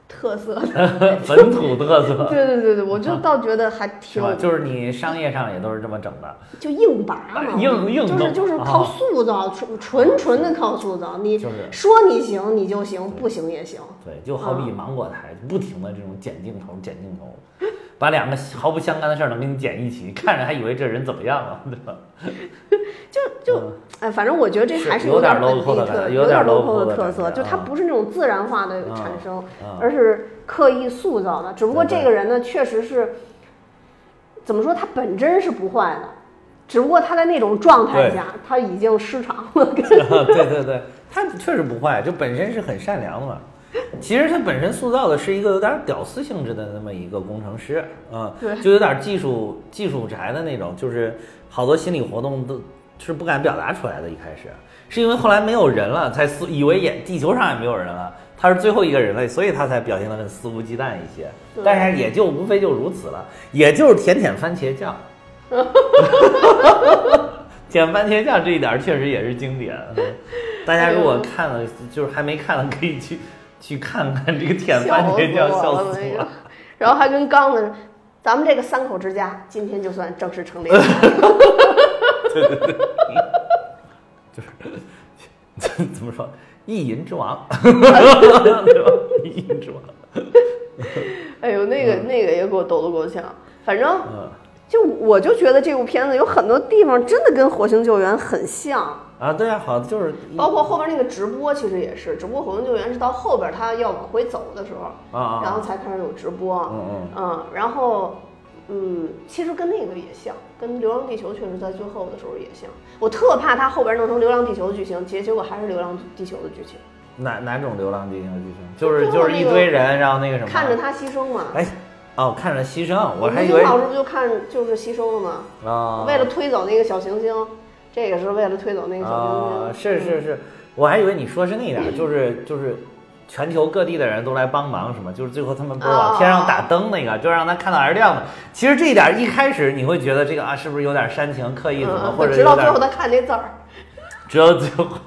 A: 特色的。
B: 本土特 色。
A: 对对对对，我就倒觉得还
B: 嗯是
A: 挺
B: 吧？就是你商业上也都是这么整的，
A: 就硬拔嘛，
B: 哎硬硬
A: 就
B: 弄啊
A: 是就是靠塑造，纯纯纯的靠塑造。你
B: 就是
A: 说你行你就行，不行也行。
B: 对，就好比芒果台不停的这种剪镜头、剪镜头，把两个毫不相干的事儿能给你剪一起，看着还以为这人怎么样了，啊对吧？
A: 就就哎，反正我觉得这
B: 嗯是
A: 还是
B: 有
A: 点
B: 点
A: 本
B: local
A: 地
B: 的感
A: 特，
B: 觉
A: 有
B: 有点 local
A: 的
B: 的
A: 特
B: 感
A: 色，
B: 觉
A: 就它
B: 啊
A: 不是那种自然化的产生，
B: 啊
A: 而是刻意塑造的。只不过这个人呢，确实是怎么说，他本真是不坏的，只不过他在那种状态
B: 对
A: 下，他已经失常 了。
B: 对对对，他确实不坏，就本身是很善良的嘛。其实他本身塑造的是一个有点屌丝性质的那么一个工程师，嗯，
A: 对
B: 就有点技术技术宅的那种，就是好多心理活动都是不敢表达出来的。一开始是因为后来没有人了，才肆以为也地球上也没有人了，他是最后一个人类，所以他才表现得很肆无忌惮一些。
A: 对
B: 但是也就无非就如此了，也就是舔舔番茄酱。舔番茄酱这一点儿确实也是 经典。嗯大家如果看了，就是还没看的，可以去去看看这个舔番茄酱，
A: 笑
B: 笑
A: 死
B: 死
A: 我
B: 我
A: 了
B: 了。！
A: 然后还跟刚子，咱们这个三口之家今天就算正式成立 了。
B: 怎 怎么说？意淫之 王，对吧？意淫之王，
A: 哎呦，那个那个也给我逗得够呛。反正
B: 嗯
A: 就我就觉得这部片子有很多地方真的跟《火星救援》很像，
B: 啊，对啊，好，就是
A: 包括后边那个直播其实也是，只不过《火星救援》是到后边他要往回走的时候，
B: 啊啊，
A: 然后才开始有直播。
B: 嗯嗯
A: 嗯，然后嗯，其实跟那个也像，跟《流浪地球》确实在最后的时候也像。我特怕它后边弄成《流浪地球》的剧情，结结果还是《流浪地球》的剧情，
B: 嗯哪哪种流浪地球剧情？就是
A: 最后
B: 就是一
A: 那个
B: 堆人，然后那个什么，
A: 看着他牺牲嘛。
B: 哎，哦，看着牺牲，我还以
A: 吴京
B: 为
A: 老师不就看就是牺牲了吗？
B: 啊，
A: 为了推走那个小行星，这个是为了推走那个小行星。嗯
B: 啊，是是是，我还以为你说是那点儿，就是就是全球各地的人都来帮忙，什么就是最后他们不是
A: 哦
B: 往天上打灯那个，就让他看到而亮的。其实这一点儿一开始你会觉得这个啊，是不是有点煽情、刻意怎么，
A: 嗯
B: 或者
A: 直
B: 有
A: 到最
B: 点
A: 后他看那字儿，
B: 只有最后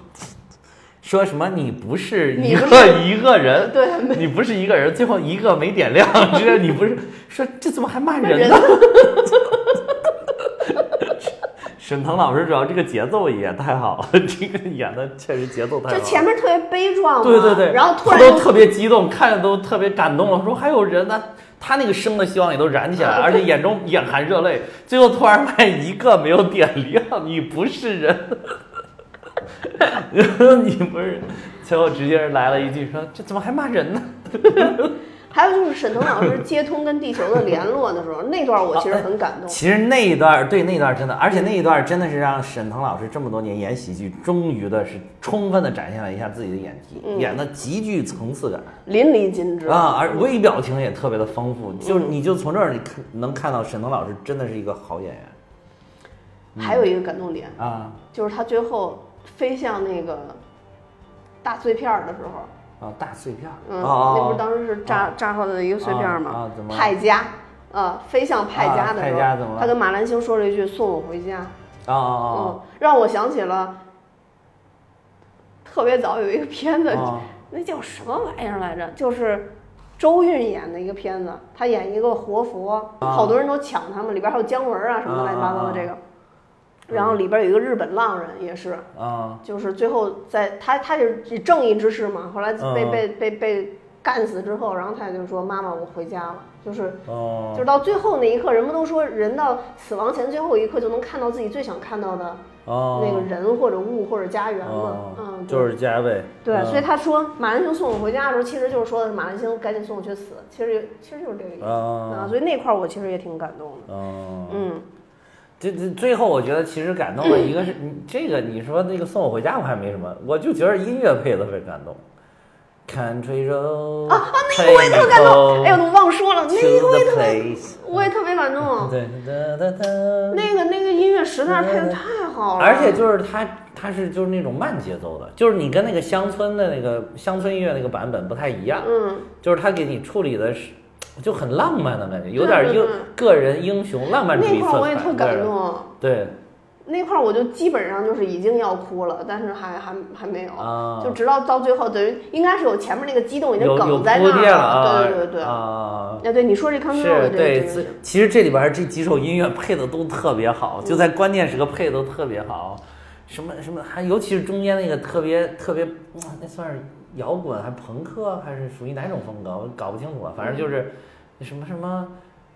B: 说什么你不是一
A: 你不
B: 个一个人，
A: 对，
B: 你不是一个人，最后一个没点亮，这你不是说这怎么还骂人
A: 人
B: 呢？沈腾老师主要这个节奏也太好了，这个演的确实节奏太好
A: 就
B: 了。
A: 前面特别悲壮嘛，
B: 哎对对对，
A: 然后突
B: 他
A: 然
B: 都
A: 就
B: 特别激动，看着都特别感动了，说还有人呢、他那个生的希望也都燃起 来，而且眼中眼含热泪，最后突然发现一个没有点亮，你不是人， 你不是人，最后直接来了一句说这怎么还骂人呢？
A: 还有就是沈腾老师接通跟地球的联络的时候，那段我其实很感动。
B: 其实那一段儿对那一段儿真的，而且那一段儿真的是让沈腾老师这么多年演喜剧，终于的是充分的展现了一下自己的演技，
A: 嗯
B: 演的极具层次感。
A: 淋漓尽致
B: 啊，而微表情也特别的丰富，
A: 嗯
B: 就是你就从这儿你看能看到沈腾老师真的是一个好演员
A: 还有一个感动点
B: 啊
A: 就是他最后飞向那个大碎片儿的时候，
B: 啊大碎片儿，
A: 嗯，
B: 啊
A: 那不是当时是炸炸坏的一个碎片儿
B: 啊啊
A: 吗
B: 怎？么了
A: 派家，啊，飞向派家的时
B: 啊派家怎么
A: 候
B: 了，
A: 他跟马兰星说了一句“送我回家”，
B: 啊啊啊
A: 嗯，让我想起了特别早有一个片子，
B: 啊
A: 那叫什么玩意儿来着？就是周韵演的一个片子，她演一个活佛，
B: 啊
A: 好多人都抢他们，里边还有姜文啊什么
B: 啊
A: 乱七八糟
B: 啊
A: 的这个。然后里边有一个日本浪人，也是，
B: 啊啊
A: 就是最后在他他是正义之士嘛，后来
B: 嗯
A: 被
B: 嗯
A: 被被被干死之后，然后他就说妈妈我回家了，就是
B: 哦
A: 就是到最后那一刻，人不都说人到死亡前最后一刻就能看到自己最想看到的
B: 哦
A: 那个人或者物或者家园嘛，
B: 哦
A: 嗯，
B: 就是加位
A: 对，
B: 嗯
A: 所以他说马兰星送我回家的时候，其实就是说的是马兰星赶紧送我去死，其实也其实就是这个意思嗯
B: 啊
A: 啊，所以那块儿我其实也挺感动的，
B: 哦
A: 嗯，
B: 这这这最后我觉得其实感动的一个是你这个你说那个送我回家我还没什么，我就觉得音乐配的很感动。Country road
A: 啊啊，那个我也特感动，哎呦，我忘说了，那
B: To
A: 个我也
B: the
A: 特嗯别，
B: place，
A: 我也特别感动。
B: 对哒哒哒。
A: 那个那个音乐实在是配的太好了，
B: 而且就是它，它是就是那种慢节奏的，就是你跟那个乡村的那个乡村音乐那个版本不太一样，
A: 嗯，
B: 就是它给你处理的是就很浪漫的感觉，有点
A: 对
B: 英
A: 对对
B: 个人英雄浪漫主
A: 那
B: 义色
A: 块
B: 彩。
A: 儿我也特感
B: 个人。
A: 动，
B: 对
A: 那块儿我就基本上就是已经要哭了，但是还还还没有，
B: 啊，
A: 就直到到最后，等于应该是有前面那个激动已经
B: 有有
A: 梗
B: 铺
A: 在那
B: 垫
A: 儿
B: 了啊，
A: 对对对对。
B: 啊。
A: 哎，对你说这康熙
B: 是
A: 诺
B: 对，
A: 这
B: 自其实这里边儿这几首音乐配的都特别好，就在关键时刻配的都特别好，什么什么，还尤其是中间那个特别特别，嗯那算是摇滚还是朋克啊还是属于哪种风格，我搞不清楚了，反正就是什么什么。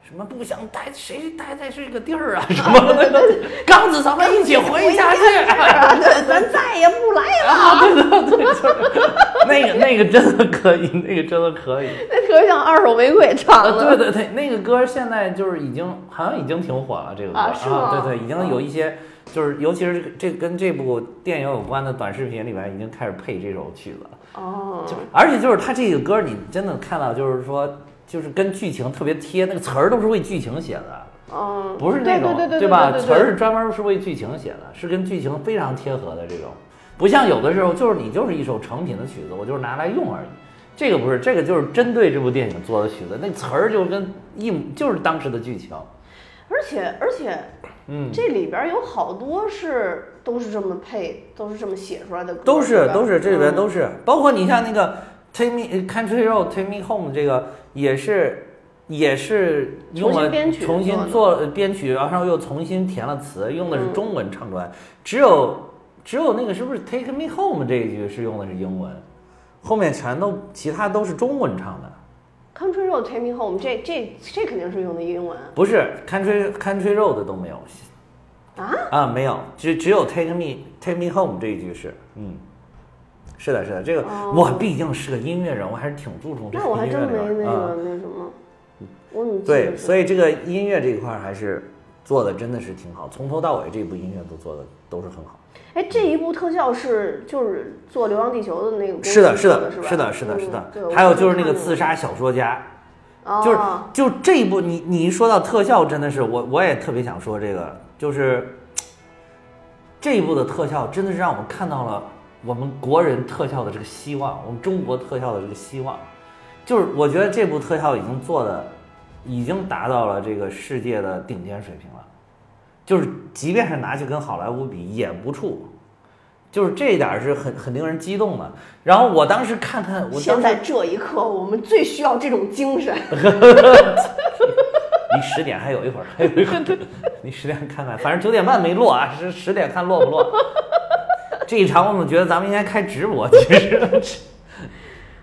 B: 什么不想待谁谁待在这个地儿啊？ 什么的，刚子咱们一起回 家去。
A: 啊， 对，咱再也不来了，
B: 啊，对对对，就是那个那个真的可以，那个真的可以。
A: 那特别像二手玫瑰唱
B: 啊，对
A: 的。
B: 对对，那个歌现在就是已经好像已经挺火了，这个歌
A: 啊是吗
B: 对对，已经有一些就是尤其是这跟这部电影有关的短视频里边已经开始配这首曲子了，
A: 哦，
B: 就而且就是它这个歌你真的看到就是说就是跟剧情特别贴，那个词儿都是为剧情写的。
A: 嗯，
B: 不是那种
A: 对对对
B: 吧？
A: 对对
B: 词儿是专门是为剧情写的，是跟剧情非常贴合的这种，不像有的时候就是你就是一首成品的曲子，我就是拿来用而已。这个不是，这个就是针对这部电影做的曲子，那词儿就跟一模就是当时的剧情。
A: 而且而且
B: 嗯，
A: 这里边有好多是都是这么配，都是这么写出来的歌，
B: 都是
A: 吧
B: 都是这里边
A: 嗯
B: 都是，包括你像那个 Take Me Country Road Take Me Home 这个也是也是用
A: 重
B: 了
A: 新编曲
B: 重新
A: 做的
B: 做了编曲，然后又重新填了词，用的是
A: 嗯
B: 中文唱出来，只有只有那个是不是 Take Me Home 这一句是用的是英文，后面全都其他都是中文唱的。
A: Country Road Take Me Home，这这这肯定是用的英文
B: 不是 country country road 都没有
A: 啊。
B: 啊，没有，只只有 take me take me home 这一句是，嗯，是的，是的，这个、
A: 哦
B: 我毕竟是个音乐人，我还是挺注重这个
A: 那我还
B: 音乐
A: 真没
B: 这
A: 那
B: 块儿啊
A: 个那什么，我怎么记
B: 对，
A: 得
B: 所
A: 是？
B: 以这个音乐这一块儿还是做的真的是挺好，从头到尾这部音乐都做的都是很好。
A: 哎，这一部特效是就是做《流浪地球》的那个公司
B: 是的，是
A: 做
B: 的
A: 的，，吧？
B: 是的，是的，
A: 嗯
B: 是的
A: 对我。
B: 还有
A: 刚
B: 就是
A: 才
B: 那个
A: 看
B: 自杀小说家，
A: 了
B: 就是
A: 哦
B: 就这一部，你你一说到特效，真的是我我也特别想说这个，就是这一部的特效真的是让我们看到了我们国人特效的这个希望，我们中国特效的这个希望，就是我觉得这部特效已经做的已经达到了这个世界的顶尖水平了，就是即便是拿去跟好莱坞比也不怵。就是这一点儿是很很令人激动的。然后我当时看他，我当
A: 现
B: 时
A: 在这一刻，我们最需要这种精 神。
B: 离十点还有一会儿，还有一会儿，你十点看看，反正九点半没落啊，十十点看落不落。这一场我们觉得咱们应该开直播，其实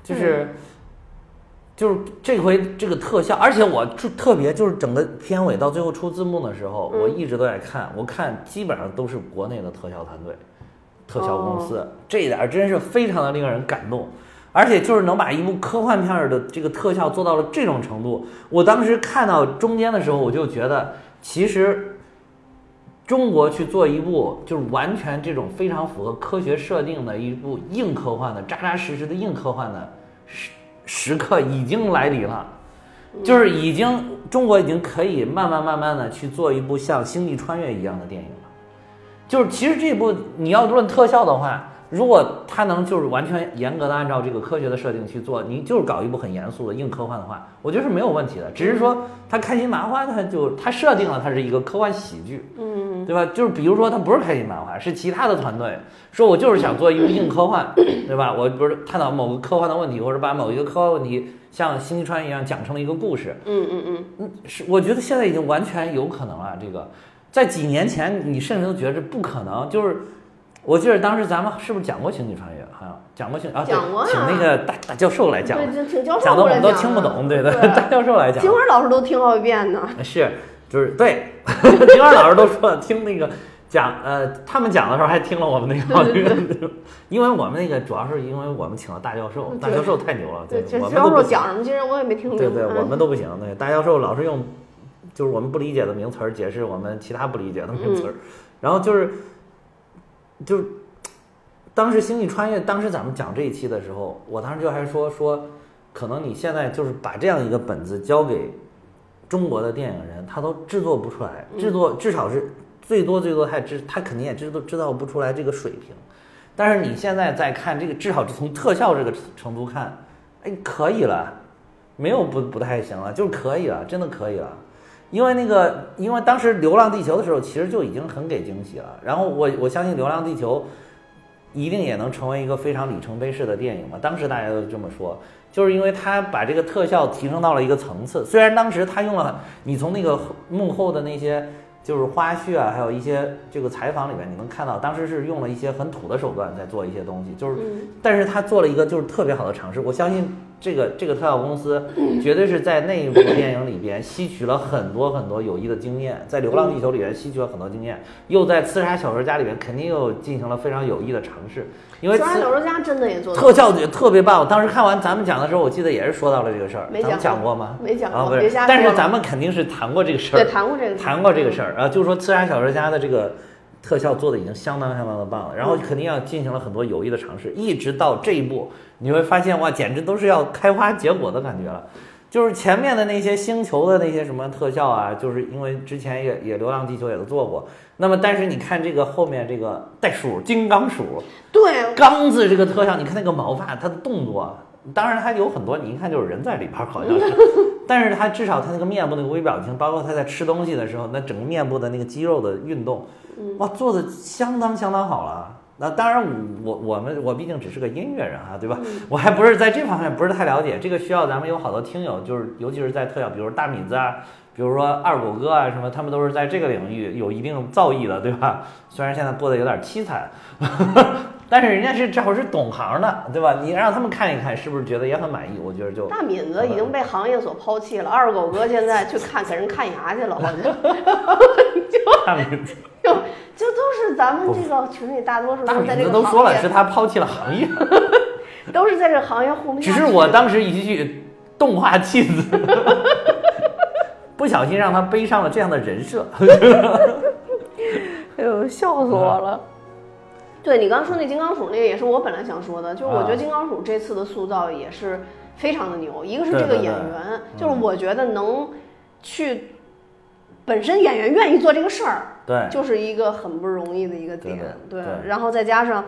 B: 就是就是这回这个特效，而且我就特别就是整个片尾到最后出字幕的时候，
A: 嗯
B: 我一直都在看，我看基本上都是国内的特效团队、特效公司，这一点儿真是非常的令人感动。而且就是能把一部科幻片儿的这个特效做到了这种程度，我当时看到中间的时候，我就觉得其实中国去做一部就是完全这种非常符合科学设定的一部硬科幻的、扎扎实实的硬科幻的时时刻已经来临了。就是已经中国已经可以慢慢慢慢的去做一部像《星际穿越》一样的电影了。就是其实这部你要论特效的话，如果它能就是完全严格的按照这个科学的设定去做，你就是搞一部很严肃的硬科幻的话，我觉得是没有问题的。只是说它开心麻花，它就它设定了它是一个科幻喜剧，
A: 嗯，
B: 对吧？就是比如说，他不是开心麻花，是其他的团队说，我就是想做一个硬科幻，对吧？我不是探讨某个科幻的问题，或者把某一个科幻问题像《星际穿越》一样讲成了一个故事。
A: 嗯嗯嗯，
B: 嗯，是，我觉得现在已经完全有可能了。这个在几年前，你甚至都觉得这不可能。就是我记得当时咱们是不是讲过《星际穿越》？好像讲过星啊，对
A: 讲过啊
B: 请那个大大教授来讲，
A: 对，这挺教授
B: 讲的
A: 过
B: 我
A: 来
B: 们都
A: 讲
B: 听不
A: 的
B: 懂，对的，
A: 对
B: 大教授来讲
A: 金。花老师都听好几遍呢。
B: 是，就是对， 金花老师都说了，听那个讲，呃，他们讲的时候还听了我们那个
A: 对 嗯
B: 因为我们那个主要是因为我们请了大教授，大
A: 对
B: 教授太牛了，
A: 对，这
B: 我们
A: 教
B: 都不
A: 授嗯
B: 行，
A: 讲什么，其实我也没听明啊
B: 对
A: 白。
B: 对，我们都不行，对，大教授老是用就是我们不理解的名词儿解释我们其他不理解的名词儿，然后就是就是当时《星际穿越》，当时咱们讲这一期的时候，我当时就还说说，可能你现在就是把这样一个本子交给中国的电影人，他都制作不出来，制作至少是最多最多他也知他肯定也知道知道不出来这个水平。但是你现在再看这个，至少是从特效这个程度看，哎，可以了，没有不不太行了，就是可以了，真的可以了。因为那个，因为当时《流浪地球》的时候，其实就已经很给惊喜了。然后我我相信《流浪地球》一定也能成为一个非常里程碑式的电影嘛。当时大家都这么说，就是因为他把这个特效提升到了一个层次。虽然当时他用了，你从那个幕后的那些就是花絮啊，还有一些这个采访里面，你能看到当时是用了一些很土的手段在做一些东西，就是，
A: 嗯
B: 但是他做了一个就是特别好的尝试。我相信这个这个特效公司
A: 嗯
B: 绝对是在那一部电影里边吸取了很多很多有益的经验，在《流浪地球》里边吸取了很多经验，又在《刺杀小说家》里边肯定又进行了非常有益的尝试，因为
A: 虽然
B: 刺
A: 小说家真的也做得
B: 特效也特别棒。我当时看完咱们讲的时候，我记得也是说到了这个事儿，
A: 没
B: 咱们
A: 讲
B: 讲过吗？
A: 没讲过
B: 啊，不
A: 别
B: 是
A: 瞎，
B: 但是
A: 说了
B: 咱们肯定是谈过这个事
A: 对
B: 儿，
A: 谈过这个
B: 谈过这个事儿，然后就说《刺杀小说家》的这个特效做的已经相当相当的棒
A: 嗯
B: 了，然后肯定要进行了很多有益的尝试，一直到这一步，你会发现哇，简直都是要开花结果的感觉了。就是前面的那些星球的那些什么特效啊，就是因为之前也也《流浪地球》也都做过，那么但是你看这个后面这个袋鼠金刚鼠，
A: 嗯对，
B: 刚子这个特效，你看那个毛发，它的动作，啊当然它有很多，你一看就是人在里边儿，好像是，但是它至少它那个面部那个微表情，包括它在吃东西的时候，那整个面部的那个肌肉的运动，哇，做的相当相当好了。那当然我，我我们我毕竟只是个音乐人啊，对吧？我还不是在这方面不是太了解，这个需要咱们有好多听友，就是尤其是在特效，比如大米子啊，比如说二狗哥啊什么，他们都是在这个领域有一定造诣的，对吧？虽然现在过得有点凄惨， 但是人家是至少是懂行的，对吧？你让他们看一看，是不是觉得也很满意？我觉得就
A: 大敏子已经被行业所抛弃了，二狗哥现在去看给人看牙去了，好像
B: 大米子，
A: 就就都是咱们这个群里大多数
B: 大
A: 都是
B: 米
A: 在这
B: 子
A: 个
B: 都说了
A: 行
B: 是
A: 业
B: 他抛弃了 行业，
A: 都是在这个行业混不下去。
B: 只是我当时一句动画弃子， 不小心让他背上了这样的人设。
A: 哎呦，笑死我
B: 嗯
A: 了。对你刚刚说那金刚鼠那个也是我本来想说的，就是我觉
B: 啊
A: 得金刚鼠这次的塑造也是非常的牛，一个是
B: 对
A: 这个
B: 对
A: 演
B: 对嗯
A: 员，就是我觉得能去，本身演员愿意做这个事儿，
B: 对，
A: 就是一个很不容易的一个
B: 哎对
A: 点，
B: 对对
A: 然后再加上，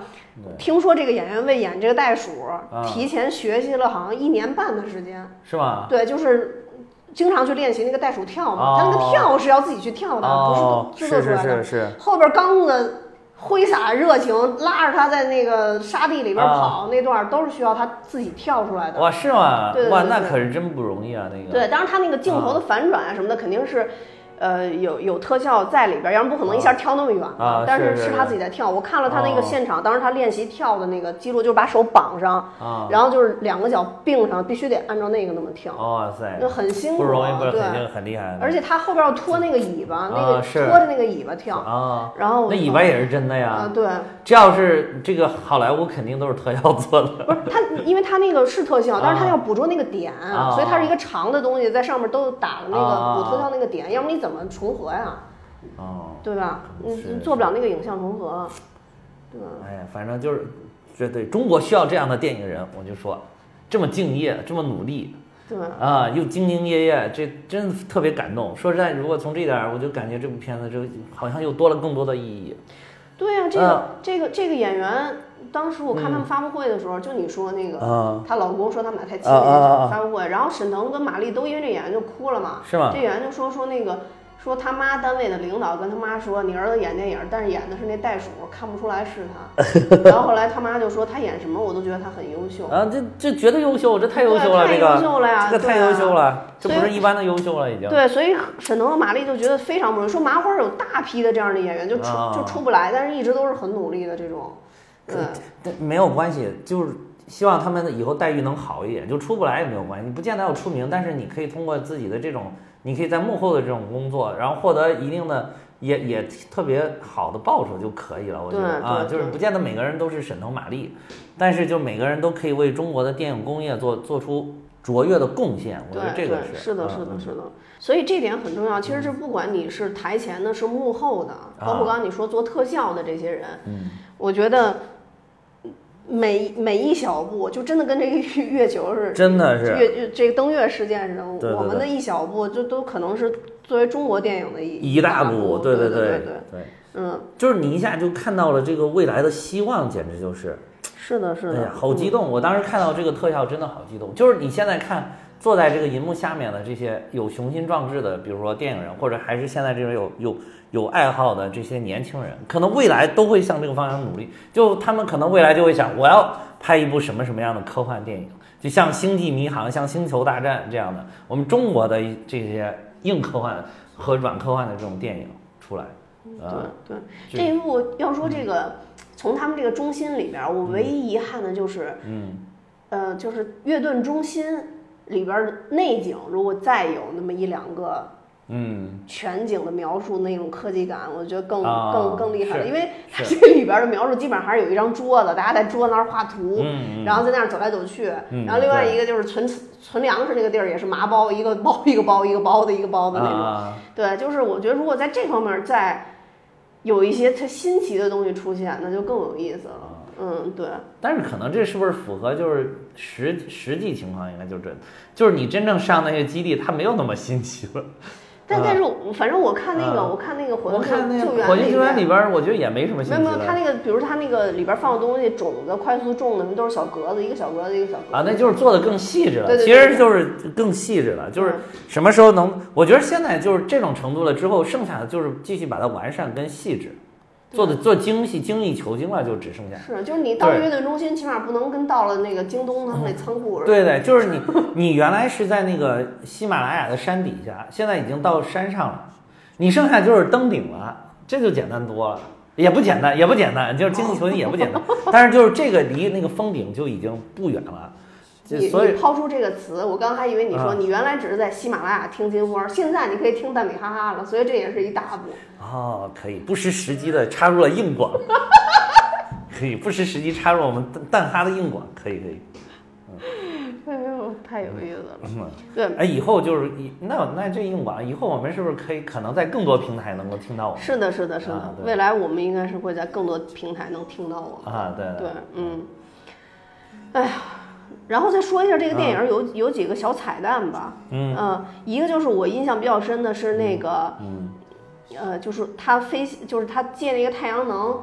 A: 听说这个演员为演这个袋鼠
B: 啊，
A: 提前学习了好像一年半的时间，
B: 是吗？
A: 对，就是经常去练习那个袋鼠跳嘛，
B: 哦
A: 他那个跳是要自己去跳的，
B: 哦，
A: 不是制
B: 是
A: 作出
B: 是
A: 来的。
B: 是是，
A: 后边刚子挥洒热情，拉着他在那个沙地里边
B: 啊
A: 跑、那段，都是需要他自己跳出来的。
B: 哇，是吗
A: 对？对
B: 哇，
A: 对
B: 那
A: 对
B: 可是真不容易啊，那个。
A: 对，当然他那个镜头的反转啊什么的，肯定是。呃，有有特效在里边，要不然不可能一下跳那么远嘛
B: 啊
A: 但
B: 是
A: 是
B: 是
A: 是
B: 是
A: 他自己在跳，我看了他那个
B: 哦
A: 现场，当时他练习跳的那个记录，就是把手绑上，
B: 啊，
A: 然后就是两个脚并上，必须得按照那个那么跳，
B: 哦哇塞
A: 就，很辛苦
B: 不
A: 啊。
B: 容易，不是
A: 对，
B: 肯定很厉害的。
A: 而且他后边要拖那个尾巴，那
B: 啊
A: 个
B: 是
A: 拖着那个尾巴跳，
B: 啊，
A: 然后
B: 那
A: 我就
B: 尾巴也是真的
A: 啊
B: 呀。
A: 对，
B: 这要是这个好莱坞肯定都是特效做的。
A: 不是他，因为他那个是特效，但是他
B: 啊
A: 要捕捉那个点，
B: 啊
A: 所以它是一个长的东西，在上面都打了那
B: 啊
A: 个捕特效那个点，要不你怎么重合呀？
B: 哦，
A: 对吧？你
B: 是
A: 你做不了那个影像重合，对吧？
B: 哎呀，反正就是，这对中国需要这样的电影人，我就说，这么敬业，这么努力
A: 对吧？
B: 啊，又兢兢业业，这真的特别感动。说实在，如果从这点儿，我就感觉这部片子就好像又多了更多的意义。
A: 对呀、这个、
B: 啊
A: 这个这个演员，当时我看
B: 嗯
A: 他们发布会的时候，就你说那个，
B: 啊
A: 她老公说他们俩太亲
B: 啊
A: 密
B: 啊啊啊
A: 发布会，然后沈腾跟马丽都因为这演员就哭了嘛，
B: 是吗
A: 这演员就说说那个。说他妈单位的领导跟他妈说，你儿子演电影，但是演的是那袋鼠，看不出来是他。 然后后来他妈就说他演什么我都觉得他很优秀，
B: 啊，这这绝对优秀，这太优秀了，
A: 对
B: 这
A: 太优
B: 个
A: 秀了呀，
B: 这个太
A: 对啊
B: 优秀了，这
A: 所以
B: 不是一般的优秀了，已经。
A: 对，所以沈腾和马丽就觉得非常不容易。说麻花有大批的这样的演员，就出、
B: 啊
A: 就出不来，但是一直都是很努力的这种。嗯对，
B: 但没有关系，就是希望他们以后待遇能好一点，就出不来也没有关系，你不见得要出名，但是你可以通过自己的这种，你可以在幕后的这种工作，然后获得一定的也也特别好的报酬就可以了。我觉得
A: 对
B: 啊，
A: 对
B: 就是
A: 对
B: 不见得每个人都是沈腾、马丽，但是就每个人都可以为中国的电影工业做做出卓越的贡献，我觉得
A: 对
B: 这
A: 对
B: 个是
A: 是的，是的，
B: 嗯
A: 是的。所以这点很重要。其实是不管你是台前的，是幕后的，包括刚刚你说做特效的这些人，
B: 啊嗯
A: 我觉得每每一小步，就真的跟这个月月球是
B: 真的是
A: 月月这个登月事件似的，
B: 对对
A: 我们
B: 对
A: 的一小步，就都可能是作为中国电影的一
B: 一大
A: 大
B: 步，
A: 对
B: 对
A: 对
B: 对
A: 对，
B: 对，
A: 嗯，
B: 就是你一下就看到了这个未来的希望，简直就是。
A: 是的，是
B: 哎呀
A: 的，，
B: 好激动！我当时看到这个特效真的好激动。就是你现在看坐在这个银幕下面的这些有雄心壮志的，比如说电影人，或者还是现在这种有有有爱好的这些年轻人，可能未来都会向这个方向努力。就他们可能未来就会想，我要拍一部什么什么样的科幻电影，就像《星际迷航》、像《星球大战》这样的，我们中国的一这些硬科幻和软科幻的这种电影出来。
A: 对
B: 啊、
A: 嗯对。
B: 这嗯
A: 这一幕要说这个，从他们这个中心里边儿，我唯一遗憾的就是，
B: 嗯，
A: 呃，就是乐顿中心里边儿内景，如果再有那么一两个
B: 嗯，
A: 全景的描述那种科技感，我觉得更、
B: 啊
A: 更更厉害了，
B: 是
A: 因为它
B: 是
A: 这里边的描述基本上还是有一张桌子，大家在桌子那儿画图，
B: 嗯
A: 然后在那儿走来走去，
B: 嗯
A: 然后另外一个就是存存粮食那个地儿也是麻包，一个包一个包一个包的一个包的那种，
B: 啊，
A: 对，就是我觉得如果在这方面再有一些它新奇的东西出现，那就更有意思了。嗯，对，
B: 但是可能这是不是符合就是实实际情况？应该就这，就是你真正上那些基地，它没有那么新奇了。
A: 但
B: 啊
A: 但是我反正我看那个，
B: 啊
A: 我看那个火
B: 我
A: 星
B: 看那
A: 救
B: 个
A: 援
B: 火星救援
A: 边
B: 里边儿，我觉得也没什么新啊
A: 没
B: 奇
A: 有没有，它
B: 的。
A: 那个，比如它那个里边放的东西，种子、快速种的，什么都是小格子，一个小格子，一个小格子。
B: 啊，那就是做的更细致了，
A: 对对
B: 其
A: 对嗯
B: 实就是更细致了，就是什么时候能？我觉得现在就是这种程度了之后，剩下的就是继续把它完善跟细致，做的做精细、精益求精了，就只剩下。
A: 是，就是你到了
B: 对嗯
A: 乐队中心，起码不能跟到了那个京东他们那仓库似的。
B: 对对，就是你，你原来是在那个喜马拉雅的山底下，现在已经到山上了，你剩下就是登顶了，这就简单多了，也不简单，也不简单，就是经济求精也不简单，但是就是这个离那个峰顶就已经不远了，就
A: 你
B: 所以
A: 你抛出这个词，我刚还以为你说
B: 啊
A: 你原来只是在喜马拉雅听金窝，现在你可以听蛋米哈哈了，所以这也是一大步。
B: 哦，可以不失时机的插入了硬广，可以不失时机插入我们蛋蛋哈的硬广，可以可以，
A: 哎呦，太有意思了。
B: 嗯，
A: 对，
B: 哎，以后就是以那那这硬广，以后我们是不是可以可能在更多平台能够听到我们
A: 是的，是的，是
B: 啊
A: 的。
B: 对
A: 未来我们应该是会在更多平台能听到我们。
B: 啊？对啊
A: 对，嗯。哎呀，然后再说一下这个电影有有几个小彩蛋吧。
B: 嗯
A: 呃一个就是我印象比较深的是那个，
B: 嗯
A: 呃，就是他飞，就是他借那个太阳能，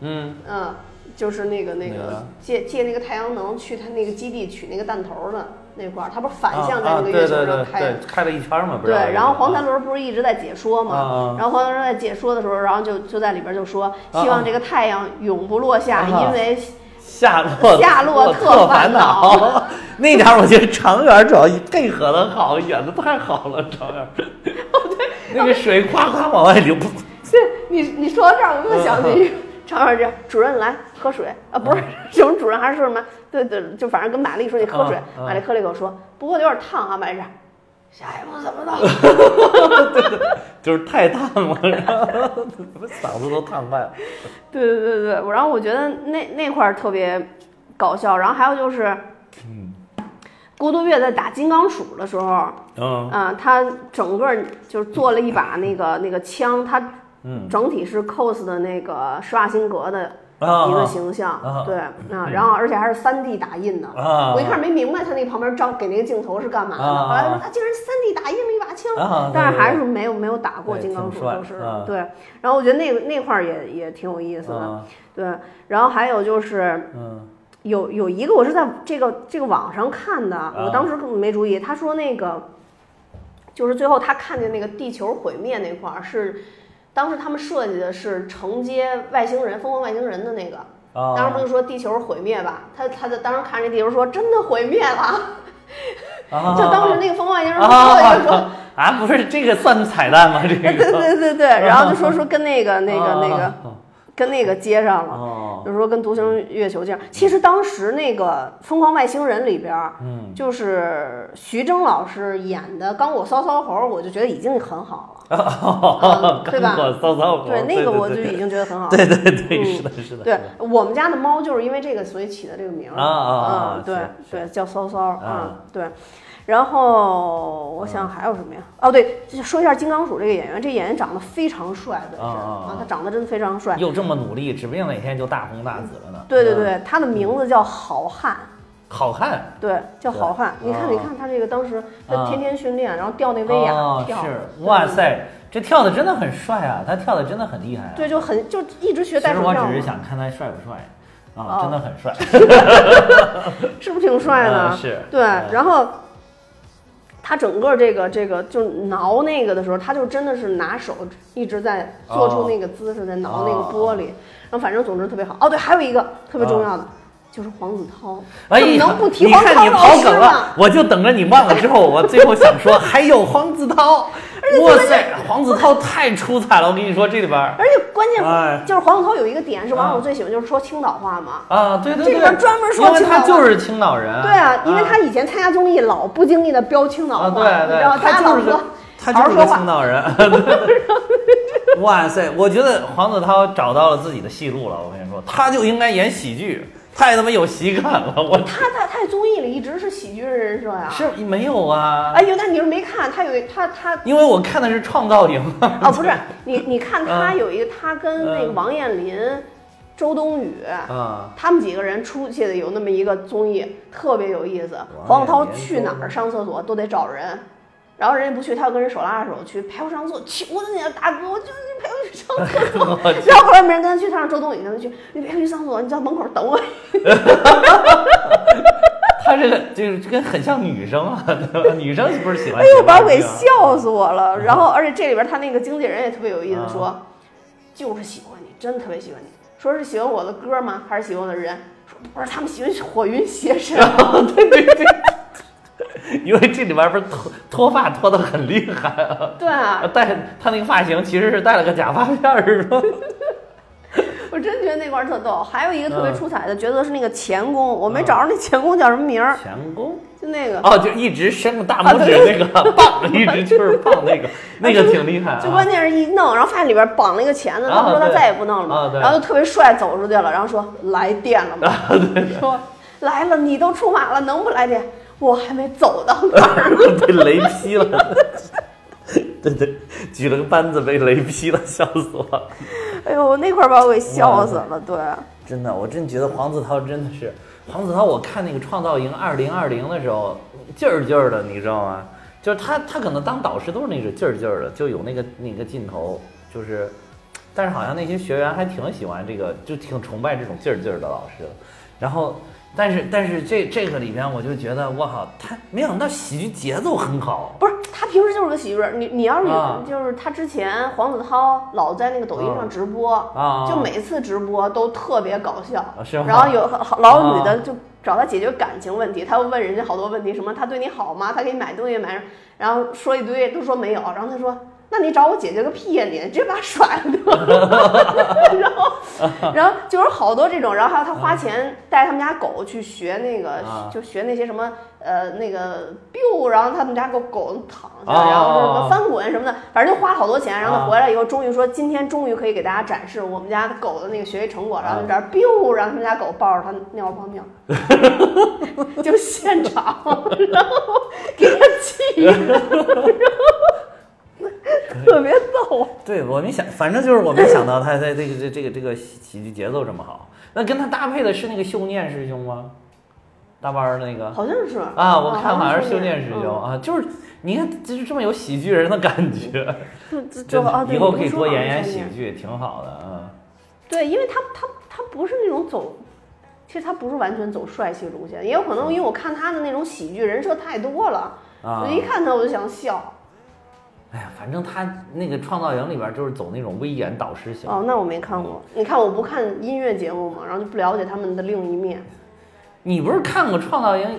B: 嗯。
A: 嗯、就是那个那
B: 哪
A: 个
B: 个
A: 借借那个太阳能去他那个基地取那个弹头的那块儿，他不是反
B: 啊
A: 向在那
B: 啊
A: 个
B: 对
A: 月
B: 对
A: 球
B: 对
A: 上
B: 对，
A: 开。
B: 开了一圈嘛，不是？
A: 对，然后黄三轮不是一直在解说嘛，
B: 啊啊
A: 然后黄三轮在解说的时候，然后就就在里边就说，
B: 啊
A: 希望这个太阳永不落下，
B: 啊
A: 因为
B: 夏洛
A: 夏洛特
B: 特
A: 烦恼
B: 恼。那点儿我觉得长远主要配合的好，演的太好了，长远。那个水哗哗往外流，
A: 这你你说到这儿，我又想起常远这样，主任来喝水啊，不是什么主任还是什么，对对，就反正跟玛丽说你喝水
B: 啊，啊
A: 玛丽喝了一口说，不过有点烫啊，玛丽这样，下一步怎么弄？
B: 就是太烫了，然后嗓子都烫坏了。
A: 对对对对，我然后我觉得那那块儿特别搞笑，然后还有就是，嗯，郭德月在打金刚杵的时候，
B: 嗯
A: 啊、他整个就是做了一把那个那个枪，他
B: 嗯
A: 整体是 cos 的那个施瓦辛格的
B: 啊
A: 一个形象，
B: 啊
A: 对啊，然后而且还是三 D 打印的。
B: 啊，
A: 我一开始没明白他那旁边照给那个镜头是干嘛的，
B: 啊
A: 后来他说他竟然三 D 打印了一把枪，
B: 啊对
A: 但是还是没有没有打过
B: 对
A: 金刚
B: 挺
A: 杵，
B: 帅
A: 就是、
B: 啊
A: 对。然后我觉得那个那块儿也也挺有意思的，
B: 啊
A: 对。然后还有就是
B: 嗯
A: 有有一个我是在这个这个网上看的，我当时根本没注意。他说那个就是最后他看见那个地球毁灭那块儿是，当时他们设计的是承接外星人风控外星人的那个。
B: 啊，
A: 当时不就说地球毁灭吧？他他在当时看这地球说真的毁灭了，
B: 啊
A: 就当时那个风控外星人说就说。
B: 啊啊，不是这个算彩蛋吗？这
A: 对
B: 个
A: 对对对，然后就说说跟那个那个那个
B: 啊
A: 跟那个接上了。
B: 哦，
A: 就是说跟独行月球这样，其实当时那个《疯狂外星人》里边儿，
B: 嗯，
A: 就是徐峥老师演的《刚我骚骚猴》，我就觉得已经很好了， 嗯对吧？
B: 我骚骚
A: 对，那个我就已经觉得很好了。嗯
B: 对对对对，是的，是的，
A: 对我们家的猫就是因为这个，所以起的这个名儿
B: 啊啊啊
A: 嗯对
B: 是
A: 对，叫骚骚
B: 啊
A: 啊，对。然后我想还有什么呀？哦，对，就说一下金刚鼠这个演员，这演员长得非常帅，本身
B: 啊啊啊
A: 啊，他长得真的非常帅。
B: 又这么努力，指不定哪天就大红大紫了呢。
A: 对对
B: 嗯，
A: 对，他的名字叫好汉，
B: 好看，
A: 对，叫好汉。
B: 对
A: 你看，
B: 啊
A: 你看他这个当时
B: 啊
A: 他天天训练，然后吊那威亚
B: 哦，
A: 跳，
B: 是，
A: 对
B: 哇，塞，这跳的真的很帅啊，他跳的真的很厉害啊。
A: 对，对就很就一直学
B: 其
A: 带
B: 实
A: 手
B: 我
A: 杖
B: 只是
A: 嘛，
B: 想看他帅不帅，
A: 哦
B: 啊，真的很帅，
A: 是不是挺帅
B: 啊
A: 的？
B: 是，
A: 对，
B: 嗯
A: 然后他整个这个这个就挠那个的时候，他就真的是拿手一直在做
B: 哦
A: 出那个姿势，在挠那个玻璃。然后反正总之特别好。哦，对，还有一个特别重要的、就是黄子韬，
B: 嗯哎
A: 怎么
B: 呀
A: 能不提
B: 你
A: 黄子
B: 看你
A: 韬老
B: 刨
A: 师
B: 梗
A: 呢
B: 了？，我就等着你忘了之后，我最后想说还有黄子韬， 哇塞，黄子韬太出彩了，我跟你说这里边儿
A: 而且关键
B: 哎
A: 就是黄子韬有一个点是
B: 啊
A: 网友最喜欢，就是说青岛话嘛。
B: 啊，对对对，
A: 这里边专门说
B: 因为
A: 青岛
B: 他
A: 话
B: 就是青岛人，
A: 对啊，因为他以前参加综艺老不经意的飙青
B: 啊
A: 岛话，
B: 对
A: 你
B: 对
A: 知道
B: 他
A: 家
B: 就
A: 老
B: 是个
A: 说
B: 他
A: 好好
B: 就是个
A: 说话
B: 青岛人。 哇塞，我觉得黄子韬找到了自己的戏路了。我跟你说，他就应该演喜剧，太他妈有喜感了。我
A: 他在他在综艺里一直是喜剧人设呀。
B: 是没有啊，
A: 哎呦，但你是没看，他有一他 他
B: 因为我看的是创造营。啊
A: 哦，不是你，你看他
B: 嗯
A: 有一个，他跟那个
B: 嗯
A: 王彦霖、周冬雨，
B: 啊，
A: 他们几个人出去的有那么一个综艺，特别有意思。黄子韬去哪儿上厕所都得找人，然后人家不去，他要跟人手拉着手去陪我上厕所，求求你了，大哥，我就是陪我去上厕所。
B: 我
A: 然后后来没人跟他去，他让周冬雨跟他去，你陪我去上厕所，你在门口等我。
B: 他这个就是跟很像女生啊，对吧女生是不是喜欢？
A: 哎呦，把我给笑死我 了。然后，而且这里边他那个经纪人也特别有意思
B: 啊，
A: 说就是喜欢你，真特别喜欢你。说是喜欢我的歌吗？还是喜欢我的人？说不是，他们喜欢火云邪 神。
B: 对对对。因为这里边不是脱脱发脱的很厉害啊，
A: 对啊，
B: 戴他那个发型其实是戴了个假发片儿，是吧？
A: 我真觉得那块儿特逗。还有一个特别
B: 嗯
A: 出彩的角色是那个钳工，我没找着那钳工叫什么名儿，
B: 钳工
A: 就那个。 啊
B: 哦，就一直伸个大拇指那个棒，一直就是棒那个，那
A: 哎
B: 个挺厉害啊。
A: 就关键是一弄，然后发现里边绑了一个钳子，他
B: 啊
A: 们说他
B: 对
A: 再也不弄了
B: 啊
A: 嘛，
B: 对
A: 然后就特别帅走出去了，然后说来电了吗？
B: 啊，对
A: 说来了，你都出马了，能不来电？我还没走到那儿。
B: 对，被雷劈了。 对对，举了个扳子被雷劈了，笑死我了！
A: 哎呦，那块儿把我给笑死了，对，啊
B: 真的，我真觉得黄子韬真的是黄子韬。我看那个《创造营二零二零》的时候，劲儿劲儿的，你知道吗？就是他，他可能当导师都是那种劲儿劲儿的，就有那个那个劲头，就是，但是好像那些学员还挺喜欢这个，就挺崇拜这种劲儿劲儿的老师的。然后，但是但是这这个里边，我就觉得我靠，他没想到喜剧节奏很好
A: 不是他平时就是个喜剧人，你你要是有、
B: 啊
A: 就是他之前黄子韬老在那个抖音上直播，
B: 啊，
A: 就每次直播都特别搞笑，
B: 是吗
A: 然后有好老有女
B: 啊
A: 的就找他解决感情问题，他又问人家好多问题，什么他对你好吗？他给你买东西买什么，然后说一堆都说没有，然后他说。那你找我解决个屁呀、你直接把他甩了得 了。然后，然后就是好多这种，然后还有他花钱带他们家狗去学那个，
B: 啊
A: 就学那些什么呃那个 biu，然后他们家狗狗躺下，
B: 啊
A: 然后说什么翻滚什么的，反正就花好多钱。然后
B: 啊
A: 他回来以后，终于说今天终于可以给大家展示我们家的狗的那个学习成果。然后
B: 啊
A: 在这儿 biu，然后他们家狗抱着他尿泡 尿，就现场，然后给他气的，然后特别逗。啊
B: 对，我没想，反正就是我没想到他在这个这这个这个喜喜剧节奏这么好。那跟他搭配的是那个秀念师兄吗？大腕儿那个
A: 好像是哦
B: 啊，我看好像是
A: 修
B: 秀念师兄啊，就是你看，就是这么有喜剧人的感觉。
A: 就就 就
B: 真
A: 啊，
B: 的，
A: 对
B: 以后可以多演
A: 你不说
B: 演
A: 好像是
B: 喜
A: 修炼
B: 剧，挺好的啊。
A: 对，因为他他他不是那种走，其实他不是完全走帅气路线，也有可能因为我看他的那种喜剧人设太多了，
B: 嗯啊
A: 我一看他我就想笑。
B: 哎呀，反正他那个创造营里边就是走那种威严导师型。
A: 哦，那我没看过。你看我不看音乐节目嘛，然后就不了解他们的另一面。
B: 你不是看过《创造营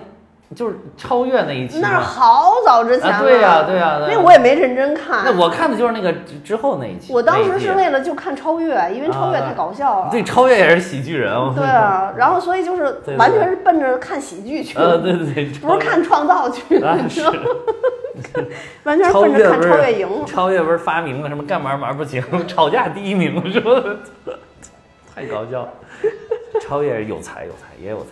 B: 就是超越那一期
A: 那是
B: 嘛。
A: 好早之前了。
B: 啊对呀对呀对呀
A: 那我也没认真看。
B: 那我看的就是那个之之后那一期。
A: 我当
B: 那
A: 时
B: 一季
A: 是为了就看超越，因为超越
B: 啊
A: 太搞笑了。
B: 对超越也是喜剧人。我
A: 对啊，然后所以就是
B: 对对
A: 完全是奔着看喜剧去
B: 呃，
A: 的，
B: 对对对，
A: 不是看创造去
B: 啊
A: 的，你知
B: 是
A: 道吗？完全是
B: 超
A: 奔
B: 越
A: 着看
B: 不是
A: 超越赢了。
B: 超越不是发明了什么干嘛嘛不行， 吵架第一名，是吧？太搞笑了。超越有才有才也有才，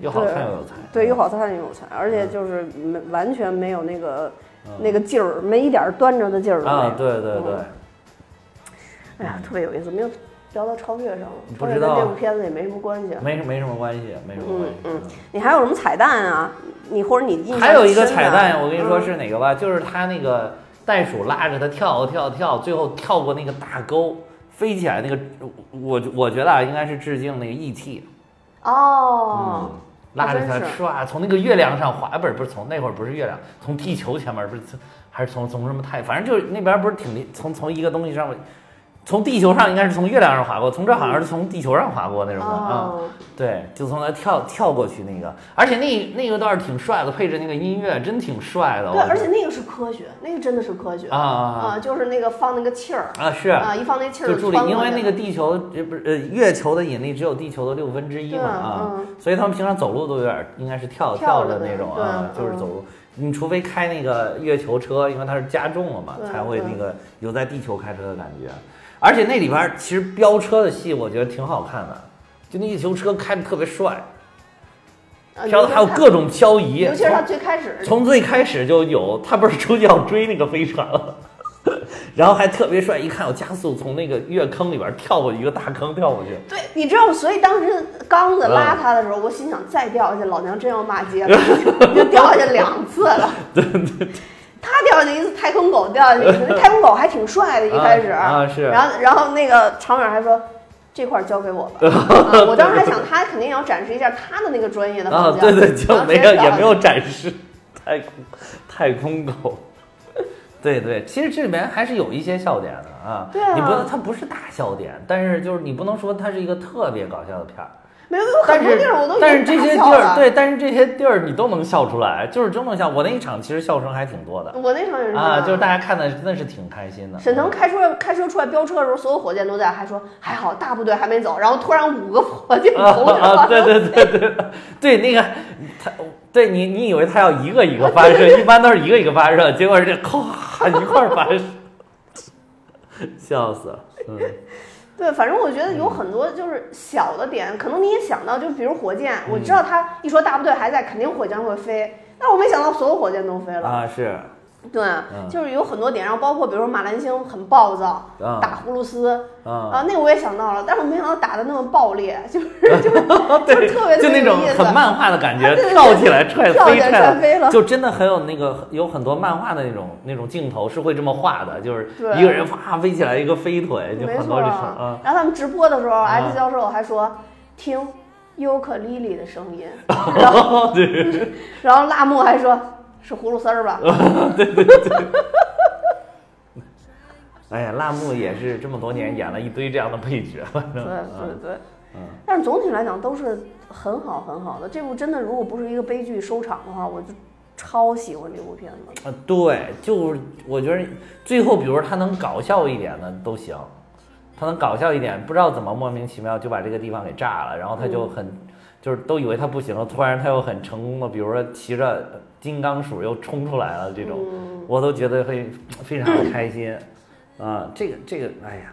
B: 又好看又有才。
A: 对，又
B: 好
A: 好看又有才，而且就是没完全没有那个那个劲儿，没一点儿端着的劲儿都没有
B: 啊，对对对
A: 嗯，哎呀，特别有意思，没有聊到超越上了，
B: 不
A: 超
B: 知
A: 越
B: 道
A: 跟这部片子也没什么关系。
B: 没什没什么关系，没什么关系。
A: 嗯，你还有什么彩蛋啊？你或者你印象
B: 还有一
A: 深的
B: 个彩蛋，我跟你说
A: 嗯
B: 是哪个吧？就是他那个袋鼠拉着他跳跳跳，最后跳过那个大沟飞起来那个，我我觉得啊，应该是致敬那个 E.T.
A: 哦，
B: 拉着
A: 真
B: 他
A: 是
B: 唰从那个月亮上滑，不是不是从那会儿不是月亮，从地球前面不是还是从从什么太，反正就是那边不是挺离从从一个东西上面，从地球上应该是从月亮上滑过，从这儿好像是从地球上滑过那种的啊、
A: 哦，
B: 对，就从那跳跳过去那个，而且那那个倒是挺帅的，配着那个音乐真挺帅的，
A: 对，
B: 我
A: 而且那个是科学，那个真的是科学
B: 啊啊
A: 啊，就是那个放那个气儿
B: 啊啊是。
A: 啊，一放那气儿
B: 就助力
A: 穿，过
B: 因为
A: 去
B: 那个地球呃不是呃月球的引力只有地球的六分之一
A: 对
B: 嘛啊，
A: 嗯
B: 所以他们平常走路都有点儿应该是跳
A: 跳
B: 着
A: 着的
B: 那种
A: 对
B: 啊，就是
A: 嗯
B: 走路。你除非开那个月球车，因为它是加重了嘛，
A: 对
B: 才会
A: 对
B: 那个有在地球开车的感觉。而且那里边儿其实飙车的戏，我觉得挺好看的，就那月球车开的特别帅，
A: 啊
B: 飘
A: 尤其
B: 还有
A: 是
B: 各种漂移，
A: 尤其是他最开始
B: 从最开始就有，他不是出去要追那个飞船了， 然后还特别帅，一看有加速，从那个月坑里边跳过一个大坑跳过去，
A: 对，你知道，所以当时刚子
B: 嗯
A: 拉他的时候，我心想再掉下去，老娘真要骂街了，你就掉下去两次 了。他掉下去一次，太空狗掉下去一次，那太空狗还挺帅的，一开始
B: 啊啊是
A: 然后然后那个常远还说。这块儿交给我吧、啊我当时还想，他肯定也要展示一下他的那个专业的
B: 啊
A: 方，向。
B: 对对，就
A: 然后直
B: 没
A: 接
B: 有
A: 掉
B: 也
A: 下
B: 没
A: 去
B: 有展示太空太空狗，对对，其实这里面还是有一些笑点的啊，
A: 对啊
B: 你不能它不是大笑点，但是就是你不能说它是一个特别搞笑的片儿。
A: 没有，有
B: 但
A: 很多
B: 是
A: 地儿我都已
B: 但是
A: 经
B: 这些地
A: 大笑
B: 儿
A: 了，
B: 对，但是这些地儿你都能笑出来，就是真能笑。我那一场其实笑声还挺多的
A: 我那场也是这
B: 啊，
A: 样
B: 就是大家看的真的是挺开心的。
A: 沈腾开车开车出来飙车的时候，所有火箭都在，还说还好大部队还没走，然后突然五个火 箭
B: 啊
A: 同时
B: 啊，
A: 发
B: 对
A: 射，
B: 对对对对，那个他，对你你以为他要一个一个发射，一般都是一个一个发射，结果人家咔一块儿发射，笑死了。嗯，
A: 对，反正我觉得有很多就是小的点，可能你也想到，就比如火箭，我知
B: 嗯
A: 道他一说大部队还在，肯定火箭会飞，但是我没想到所有火箭都飞了。
B: 啊嗯是，
A: 对，啊就是有很多点，然后包括比如说马兰星很暴躁，
B: 啊
A: 打葫芦丝
B: 啊，
A: 啊，那个我也想到了，但是我没想到打的那么暴烈，就是就是就是特别
B: 就
A: 特别
B: 那
A: 有
B: 种
A: 意思
B: 很漫画的感
A: 啊
B: 觉
A: 对，对
B: 跳
A: 对
B: 起来踹
A: 跳
B: 飞
A: 起来
B: 踹
A: 踹飞了
B: 就真的很有那个有很多漫画的那种那种镜头是会这么画的，就是
A: 对
B: 一个人啪飞起来一个飞腿，就
A: 没
B: 很
A: 错
B: 多这种
A: 啊
B: 啊。
A: 然后他们直播的时候，X 教授还说听尤克里里的声 音，然后
B: 对， 嗯
A: 然后辣木还说是葫芦丝儿吧？
B: 哎呀，辣目也是这么多年演了一堆这样的配角，反
A: 对
B: 正
A: 对对。
B: 嗯
A: 但是总体来讲都是很好很好的。这部真的如果不是一个悲剧收场的话，我就超喜欢这部片子。
B: 啊，对，就是我觉得最后，比如他能搞笑一点的都行，他能搞笑一点，不知道怎么莫名其妙就把这个地方给炸了，然后他就很，就是都以为他不行了，突然他又很成功的，比如说骑着金刚鼠又冲出来了，这种、
A: 嗯
B: 我都觉得会非常的开心，啊，这个这个，哎呀，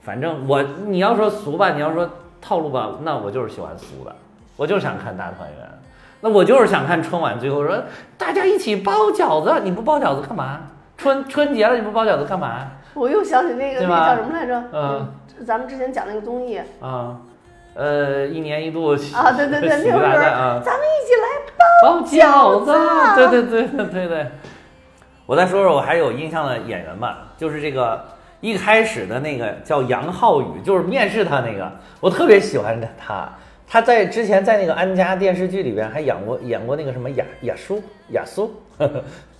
B: 反正我你要说俗吧，你要说套路吧，那我就是喜欢俗的，我就想看大团圆。那我就是想看春晚，最后说大家一起包饺子，你不包饺子干嘛？春春节了你不包饺子干嘛？
A: 我又想起那个那
B: 对吧
A: 个叫什么来着？
B: 嗯，
A: 咱们之前讲那个综艺啊，
B: 啊，呃，一年一度喜
A: 对对对，
B: 喜剧
A: 那会
B: 大赛
A: 儿
B: 啊，
A: 咱们一起来包。
B: 包饺子
A: 饺，子
B: 对对对对对对。我再说说我还有印象的演员吧，就是这个一开始的那个叫杨浩宇，就是面试他那个，我特别喜欢他。他在之前在那个安家电视剧里边还演过演过那个什么雅雅舒雅苏，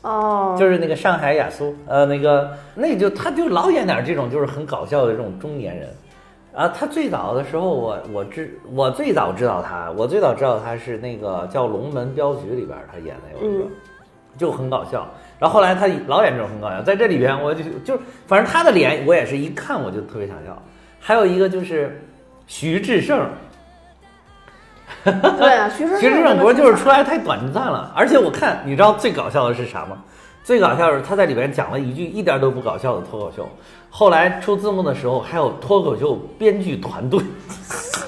A: 哦，
B: 就是那个上海雅苏，呃，那个那就他就老演点这种就是很搞笑的这种中年人，啊，他最早的时候我，我知我最早知道他，我最早知道他是那个叫《龙门镖局》里边儿他演的有一个，
A: 嗯
B: 就很搞笑。然后后来他老演这种很搞笑，在这里边我就就反正他的脸我也是一看我就特别想笑。还有一个就是徐志胜，
A: 对啊， 徐志胜
B: 徐志
A: 真的
B: 胜不是就是
A: 出
B: 出来太短暂了，而且我看你知道最搞笑的是啥吗？最搞笑的是他在里边讲了一句一点都不搞笑的脱口秀，后来出字幕的时候还有脱口秀编剧团队，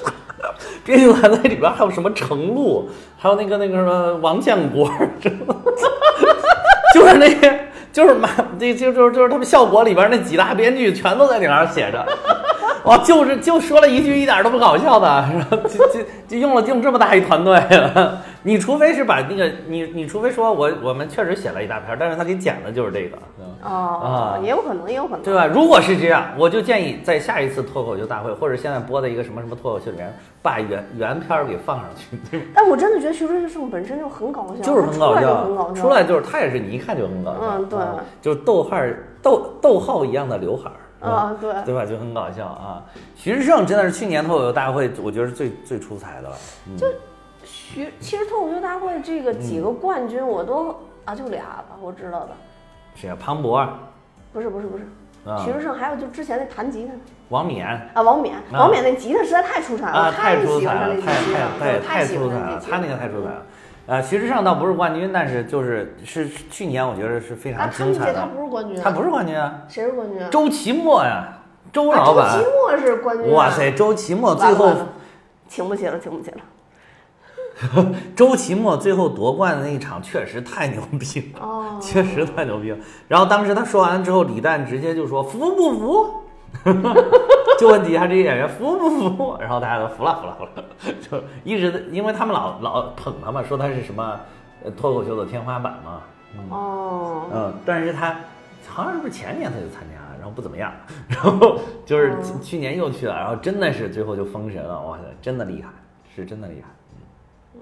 B: 编剧团队里边还有什么程璐，还有那个那个什么王建国，知道吗 就是那些就是马这就就就是他们效果里边那几大编剧全都在里边写着。 哇，哦就是就说了一句一点都不搞笑的，然后就就就用了用这么大一团队， 你除非是把那个你你除非说我我们确实写了一大篇，但是他给剪的就是这个，
A: 来哦
B: 啊，
A: 也有可能，也有可能，
B: 对吧？如果是这样，我就建议在下一次脱口秀大会或者现在播的一个什么什么脱口秀里面，把原原片儿给放上去，对吧
A: 但我真的觉得徐志胜本身就很搞笑，
B: 就是很搞
A: 他嗯出来就
B: 笑
A: 很搞，笑，
B: 出来就是他也是你一看就很搞笑，
A: 嗯对
B: 啊就是逗号儿逗逗号一样的刘海儿，是吧
A: 啊，对，
B: 嗯对吧？就很搞笑啊！徐志胜真的是去年脱口秀大会，我觉得是最最出彩的了。
A: 徐其实脱口秀大会这个几
B: 嗯
A: 个冠军我都啊就俩吧，我知道的，
B: 谁啊？庞博啊，
A: 不是不是不是，
B: 啊
A: 徐志胜还有就之前那弹吉他的
B: 王冕
A: 啊，王冕，王冕那吉他实在太出彩了，
B: 啊，
A: 我
B: 太出
A: 喜
B: 彩
A: 欢他
B: 了
A: 那，
B: 太
A: 吉他，
B: 太
A: 对
B: 太
A: 喜
B: 出
A: 欢
B: 彩
A: 他那
B: 了，
A: 吉
B: 他那个太出彩了。呃，徐志胜倒不是冠军，但是就是是是去年我觉得是非
A: 啊，
B: 常
A: 他
B: 精
A: 们这
B: 彩
A: 他
B: 的。
A: 不是冠军啊，
B: 他不是冠军啊，
A: 谁是冠军啊？
B: 周奇墨呀，周
A: 啊
B: 老板
A: 周奇，墨是冠军啊，
B: 哇塞，周奇墨
A: 完
B: 最
A: 了，
B: 后
A: 完了请不起了，请不起了。
B: 周奇墨最后夺冠的那一场确实太牛逼了。
A: 哦，
B: 确实太牛逼了。然后当时他说完之后，李诞直接就说服不服？ 就问底下这些演员服不服？然后大家都服了，服了，服了。 就一直在因为他们老老捧他嘛，说他是什么呃脱口秀的天花板嘛。
A: 哦，
B: 嗯，但是他好像是不是前年他就参加，然后不怎么样， 然后就是去去年又去了，然后真的是最后就封神了，哇塞，真的厉害，是真的厉害。嗯，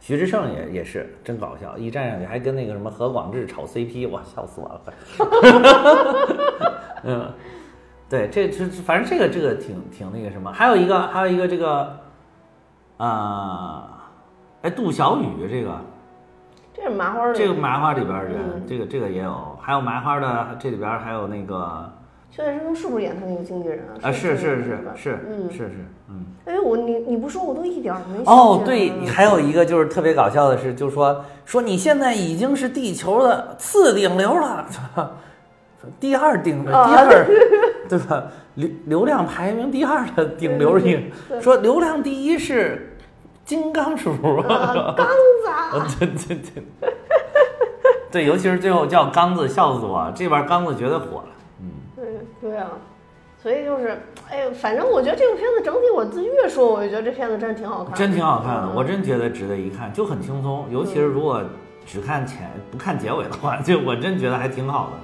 B: 徐志胜也也是真搞笑，一站上去还跟那个什么何广智炒 CP，哇，笑死我了， 嗯，对，这这这反正这个这个挺挺那个什么，还有一个还有一个这个，啊、哎，杜小雨这个。
A: 这是麻花的，嗯
B: 这个麻花里边儿人，这个这个也有，还有麻花的这里边儿还有那
A: 啊
B: 个
A: 薛岳生是不是演他那个经纪人啊？
B: 啊，是是是
A: 吧
B: 是
A: 嗯
B: 是，是，嗯。
A: 哎，我你你不说我都一点儿没想起来啊
B: 哦，对，
A: 了
B: 你还有一个就是特别搞笑的是，就是说说你现在已经是地球的次顶流了，第二顶第
A: 啊
B: 二， 对吧？流流量排名第二的顶流
A: 对
B: 你说流量第一是金刚叔叔，
A: 啊刚 子
B: 对对对， 对，尤其是最后叫刚子，笑死我！这边刚子绝对火了。
A: 对对啊，所以就是，哎，反正我觉得这个片子整体，我自越说，我就觉得这片子真的挺好看，
B: 真挺好看的，
A: 嗯
B: 我真觉得值得一看，就很轻松。尤其是如果只看前不看结尾的话，就我真觉得还挺好的。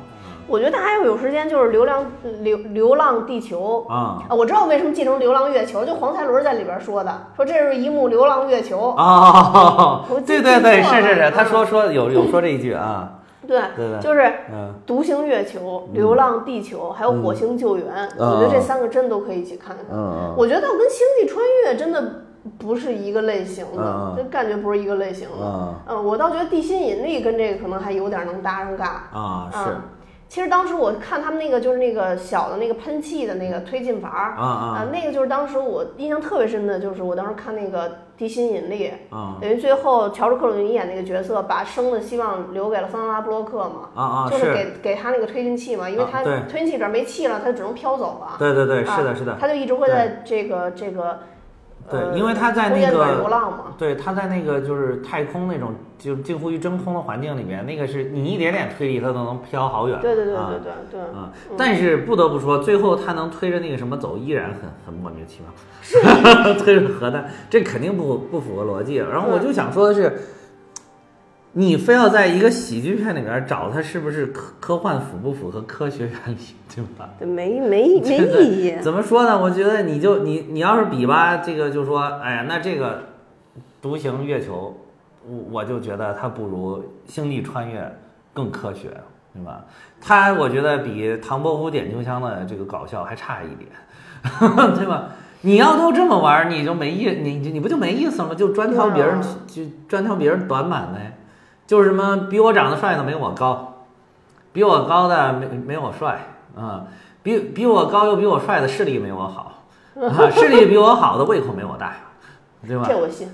A: 我觉得大家要有时间就是《流浪流流浪地球》
B: 啊
A: 啊，我知道为什么记成《流浪月球》，就黄才伦在里边说的，说这是一幕《流浪月球》
B: 哦
A: 我，
B: 对
A: 记
B: 对对，
A: 错
B: 是是
A: 了
B: 是，他
A: 嗯
B: 说说有有说这一句啊，
A: 对，
B: 对对
A: 就是
B: 嗯，
A: 独行月球、流浪地球，还有火星救援，
B: 嗯
A: 我觉得这三个真都可以一起看看。
B: 嗯嗯
A: 我觉得跟星际穿越真的不是一个类型的
B: 嗯，嗯
A: 这、感觉不是一个类型的。
B: 嗯
A: 我倒觉得地心引力跟这个可能还有点能搭上尬。
B: 啊是
A: 嗯其实当时我看他们那个就是那个小的那个喷气的那个推进阀儿
B: 啊啊
A: 那个就是当时我印象特别深的，就是我当时看那个《地心引力》，
B: 啊
A: 等于最后乔治克鲁尼演那个角色把生的希望留给了桑德拉布洛克嘛，
B: 啊啊
A: 就是
B: 是，
A: 给给他那个推进器嘛，因为
B: 啊
A: 他
B: 对
A: 推进器里边没气了，他只能飘走了。
B: 对对对，是
A: 啊
B: 的是的，
A: 他就一直会在这个这个，呃
B: 对，因为他在
A: 空
B: 那
A: 间里边流
B: 个
A: 浪嘛，
B: 对他在那个就是太空那种就近乎于真空的环境里面，那个是你一点点推力，它都能飘好远。
A: 对对对
B: 啊
A: 对对对，嗯
B: 啊，但是不得不说，最后他能推着那个什么走，依然很很莫名其妙， 推着核弹，这肯定不不符合逻辑。啊然后我就想说的是，你非要在一个喜剧片里面找它是不是科科幻符不符合科学原理，对吧？
A: 对没没没
B: 这个
A: 意义。
B: 怎么说呢？我觉得你就你你要是比吧，这个就说，哎呀，那这个独行月球，我我就觉得它不如星际穿越更科学，对吧？它我觉得比唐伯虎点秋香的这个搞笑还差一点， 对吧？你要都这么玩儿，你就没意，你你不就没意思了吗？就专挑别人，就专挑别人短板呗。就是什么比我长得帅的没我高，比我高的没没我帅啊、比比我高又比我帅的视力没我好啊，视力比我好的胃口没我大，对吧？
A: 这我信。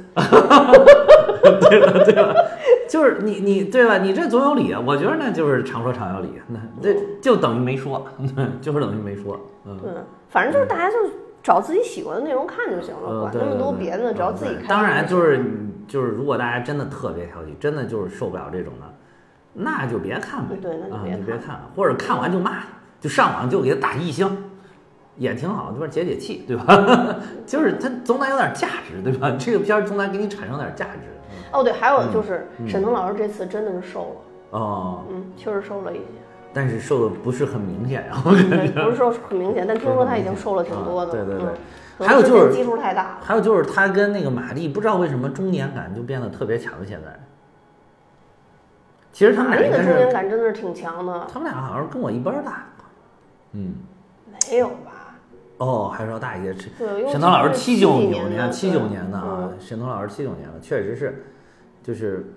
B: 就是你你对吧？你这总有理啊！我觉得那就是常说常有理，那这就等于没说， 就是等于没说。嗯，
A: 嗯，反正就是大家就找自己喜欢的内容看就行了，
B: 呃
A: 管
B: 对
A: 那么
B: 对
A: 多
B: 对
A: 别的，
B: 嗯
A: 只要自己
B: 对
A: 开
B: 当
A: 心
B: 然就是你就是，如果大家真的特别挑剔，真的就是受不了这种的，那就别看呗。
A: 对那就
B: 啊
A: 别
B: 就别看了，或者看完就骂，就上网就给他打一星，也挺好，对吧？解解气，对吧？ 就是它总得有点价值，对吧？这个片儿总得给你产生点价值。嗯
A: 哦，对，还有就是
B: 嗯
A: 沈腾老师这次真的是瘦了，
B: 哦，
A: 嗯，确实瘦了一些。嗯
B: 但是瘦的不是很明显啊。
A: 不是说很明显，但听说他已经瘦了挺多的。
B: 对对对
A: 嗯可能
B: 还有就是
A: 之前基数太大了。
B: 还有就是他跟那个马丽，不知道为什么中年感就变得特别强。现在，其实他们
A: 马
B: 俩
A: 丽
B: 应该
A: 的中年
B: 是，
A: 感真的是挺强的，
B: 他们俩好像跟我一般儿大。嗯，
A: 没有吧？
B: 哦，还是要大一些。
A: 对，因为
B: 沈腾老师
A: 这是
B: 七
A: 七
B: 九
A: 年
B: 年，七九年的
A: 的
B: 啊
A: 嗯，
B: 沈腾老师七九年的，确实是，就是，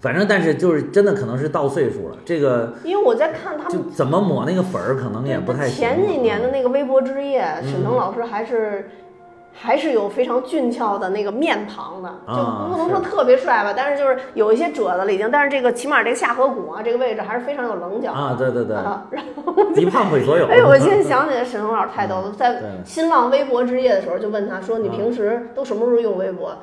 B: 反正但是就是真的可能是到岁数了，这个
A: 因为我在看他
B: 就
A: 们
B: 怎么抹那个粉儿，可能也不太行
A: 前几年的
B: 嗯
A: 那个微博之夜，沈腾老师还是。还是有非常俊俏的那个面庞的，就
B: 啊
A: 不能说
B: 是
A: 特别帅吧，但是就是有一些褶子了已经。但是这个起码这个下颌骨啊，这个位置还是非常有棱角
B: 啊，对对对，
A: 啊， 然后
B: 一胖毁所有。
A: 哎，我现在想起来沈腾老师太逗了，在
B: 嗯对
A: 新浪微博之夜的时候就问他说：“你
B: 嗯
A: 平时都什么时候用微博？”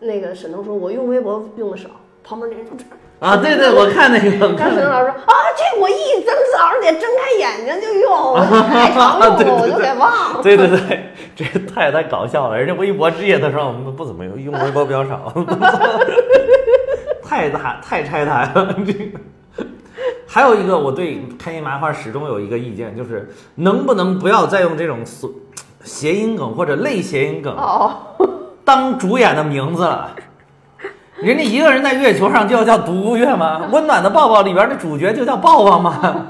A: 那个沈腾说：“我用微博用的少。”旁边那人就这样。
B: 啊，对对，我看那个，我
A: 然
B: 看
A: 后
B: 那
A: 沈
B: 个
A: 腾老师说：“啊，这我一睁早上得睁开眼睛就用， 我太常
B: 啊对
A: 用
B: 对
A: 了，我就
B: 对
A: 给忘了。
B: 对对对，这太太搞笑了。人家微博之夜的时候，我们不怎么用，用微博比较少， 太大太拆台了。这个还有一个，我对开心麻花始终有一个意见，就是能不能不要再用这种所谐音梗或者类谐音梗
A: 哦，
B: 当主演的名字了。人家一个人在月球上就要叫独孤月吗？温暖的抱抱里边的主角就叫抱抱吗？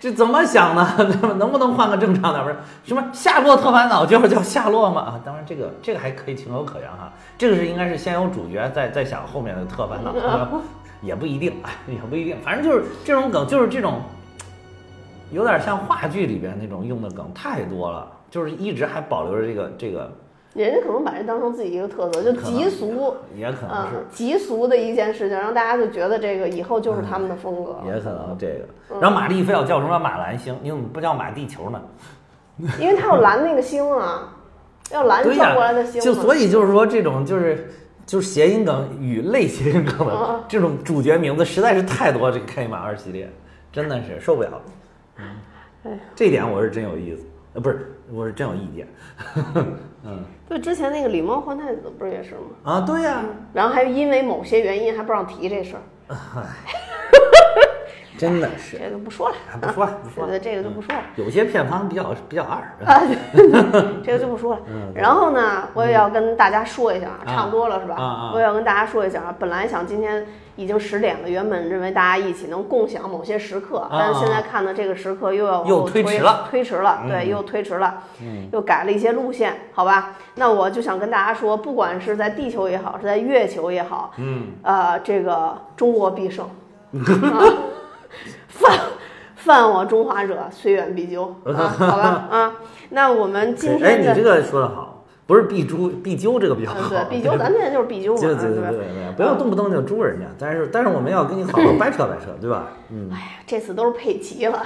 B: 这怎么想呢？对吧能不能换个正常点儿？不是什么夏洛特烦恼就是叫夏洛嘛？啊，当然这个这个还可以情有可原哈。这个是应该是先有主角，再再想后面的特烦恼，也不一定，哎也不一定。反正就是这种梗，就是这种有点像话剧里边那种用的梗太多了，就是一直还保留着这个这个，
A: 人家可能把这当成自己一个特色，就
B: 可能
A: 极俗，
B: 也可能
A: 啊
B: 是，，
A: 极俗的一件事情，让大家就觉得这个以后就是他们
B: 嗯
A: 的风格了，
B: 也可能这
A: 嗯
B: 个。然后玛丽非要叫什么马兰星，你怎么不叫马地球呢？
A: 因为他要拦那个星啊，要拦
B: 对
A: 转
B: 呀、
A: 过来的星
B: 啊
A: 啊
B: 就
A: 嘛
B: 所以就是说这种就是就是谐音梗与类谐音梗的、
A: 嗯
B: 这种主角名字实在是太多了，这个开心麻二系列真的是受不了。
A: 哎
B: 嗯，这一点我是真有意思，呃，不是，我是真有意见。嗯
A: 对，之前那个李梦换太子不是也是吗？
B: 啊，对呀、
A: 然后还因为某些原因还不让提这事儿，
B: 真的是，
A: 这就不说了，
B: 哎不说了，不说
A: 对对，。
B: 了
A: 啊这个就不说了。
B: 有些片方比较比较二，
A: 啊，对这个就不说了。然后呢，我也要跟大家说一下，啊，差不多了是吧？
B: 嗯啊啊
A: 我也要跟大家说一下啊，本来想今天已经十点了，原本认为大家一起能共享某些时刻，但是现在看的这个时刻又要
B: 啊又推
A: 推
B: 迟了，
A: 推迟了，
B: 嗯
A: 对，又推迟了，又改了一些路线，好吧？那我就想跟大家说，不管是在地球也好，是在月球也好，
B: 嗯，
A: 呃，这个中国必胜，啊、犯犯我中华者，虽远必 究啊，好吧啊。那我们今
B: 哎，
A: 天
B: 你
A: 的
B: 这个说的好，不是必诛必究这个比较
A: 嗯
B: 好，
A: 对必究，咱们现在就是必究嘛，
B: 啊对对
A: 对
B: 对
A: 吧嗯
B: 对对，不要动不动就诛人家，但是但是我们要跟你好好掰扯掰扯，对吧？嗯，
A: 哎呀，这次都是配齐 了，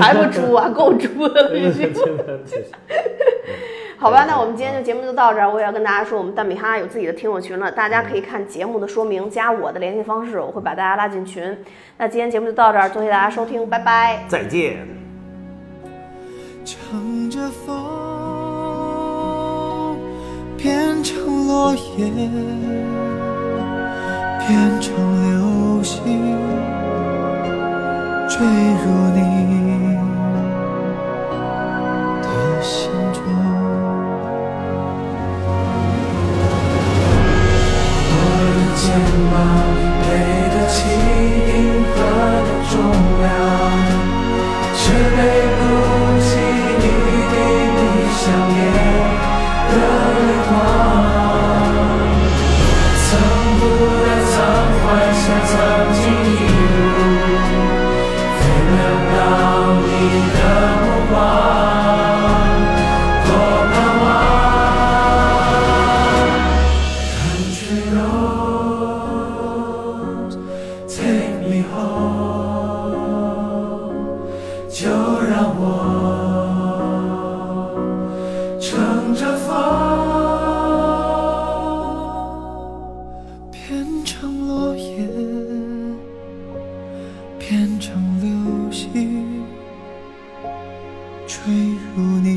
A: 还不猪啊，够猪的了已经。好吧，那我
B: 嗯
A: 们今天就节目就到这儿。我也要跟大家说，我们蛋比哈有自己的听友群了，大家
B: 嗯
A: 可以看节目的说明，加我的联系方式，我会把大家拉进群。那今天节目就到这儿，多谢大家收听，拜拜。
B: 再见。
C: 乘着风，变成落叶，变成流星，坠入你的心中。我的肩膀背得起银河的重量。却背不 ocean arms, take me home，就让我乘着风，变成落叶，变成流星，坠入你。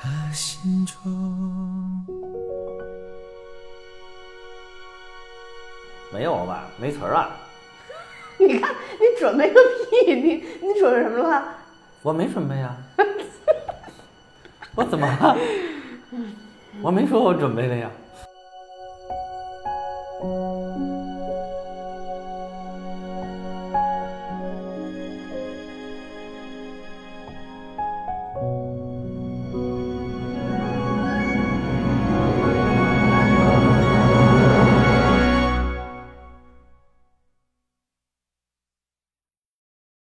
C: 他心中。
B: 没有吧？没词儿啊？
A: 你看，你准备个屁！你你准备什么了？
B: 我没 准备啊。我怎么了？我没说我准备了呀。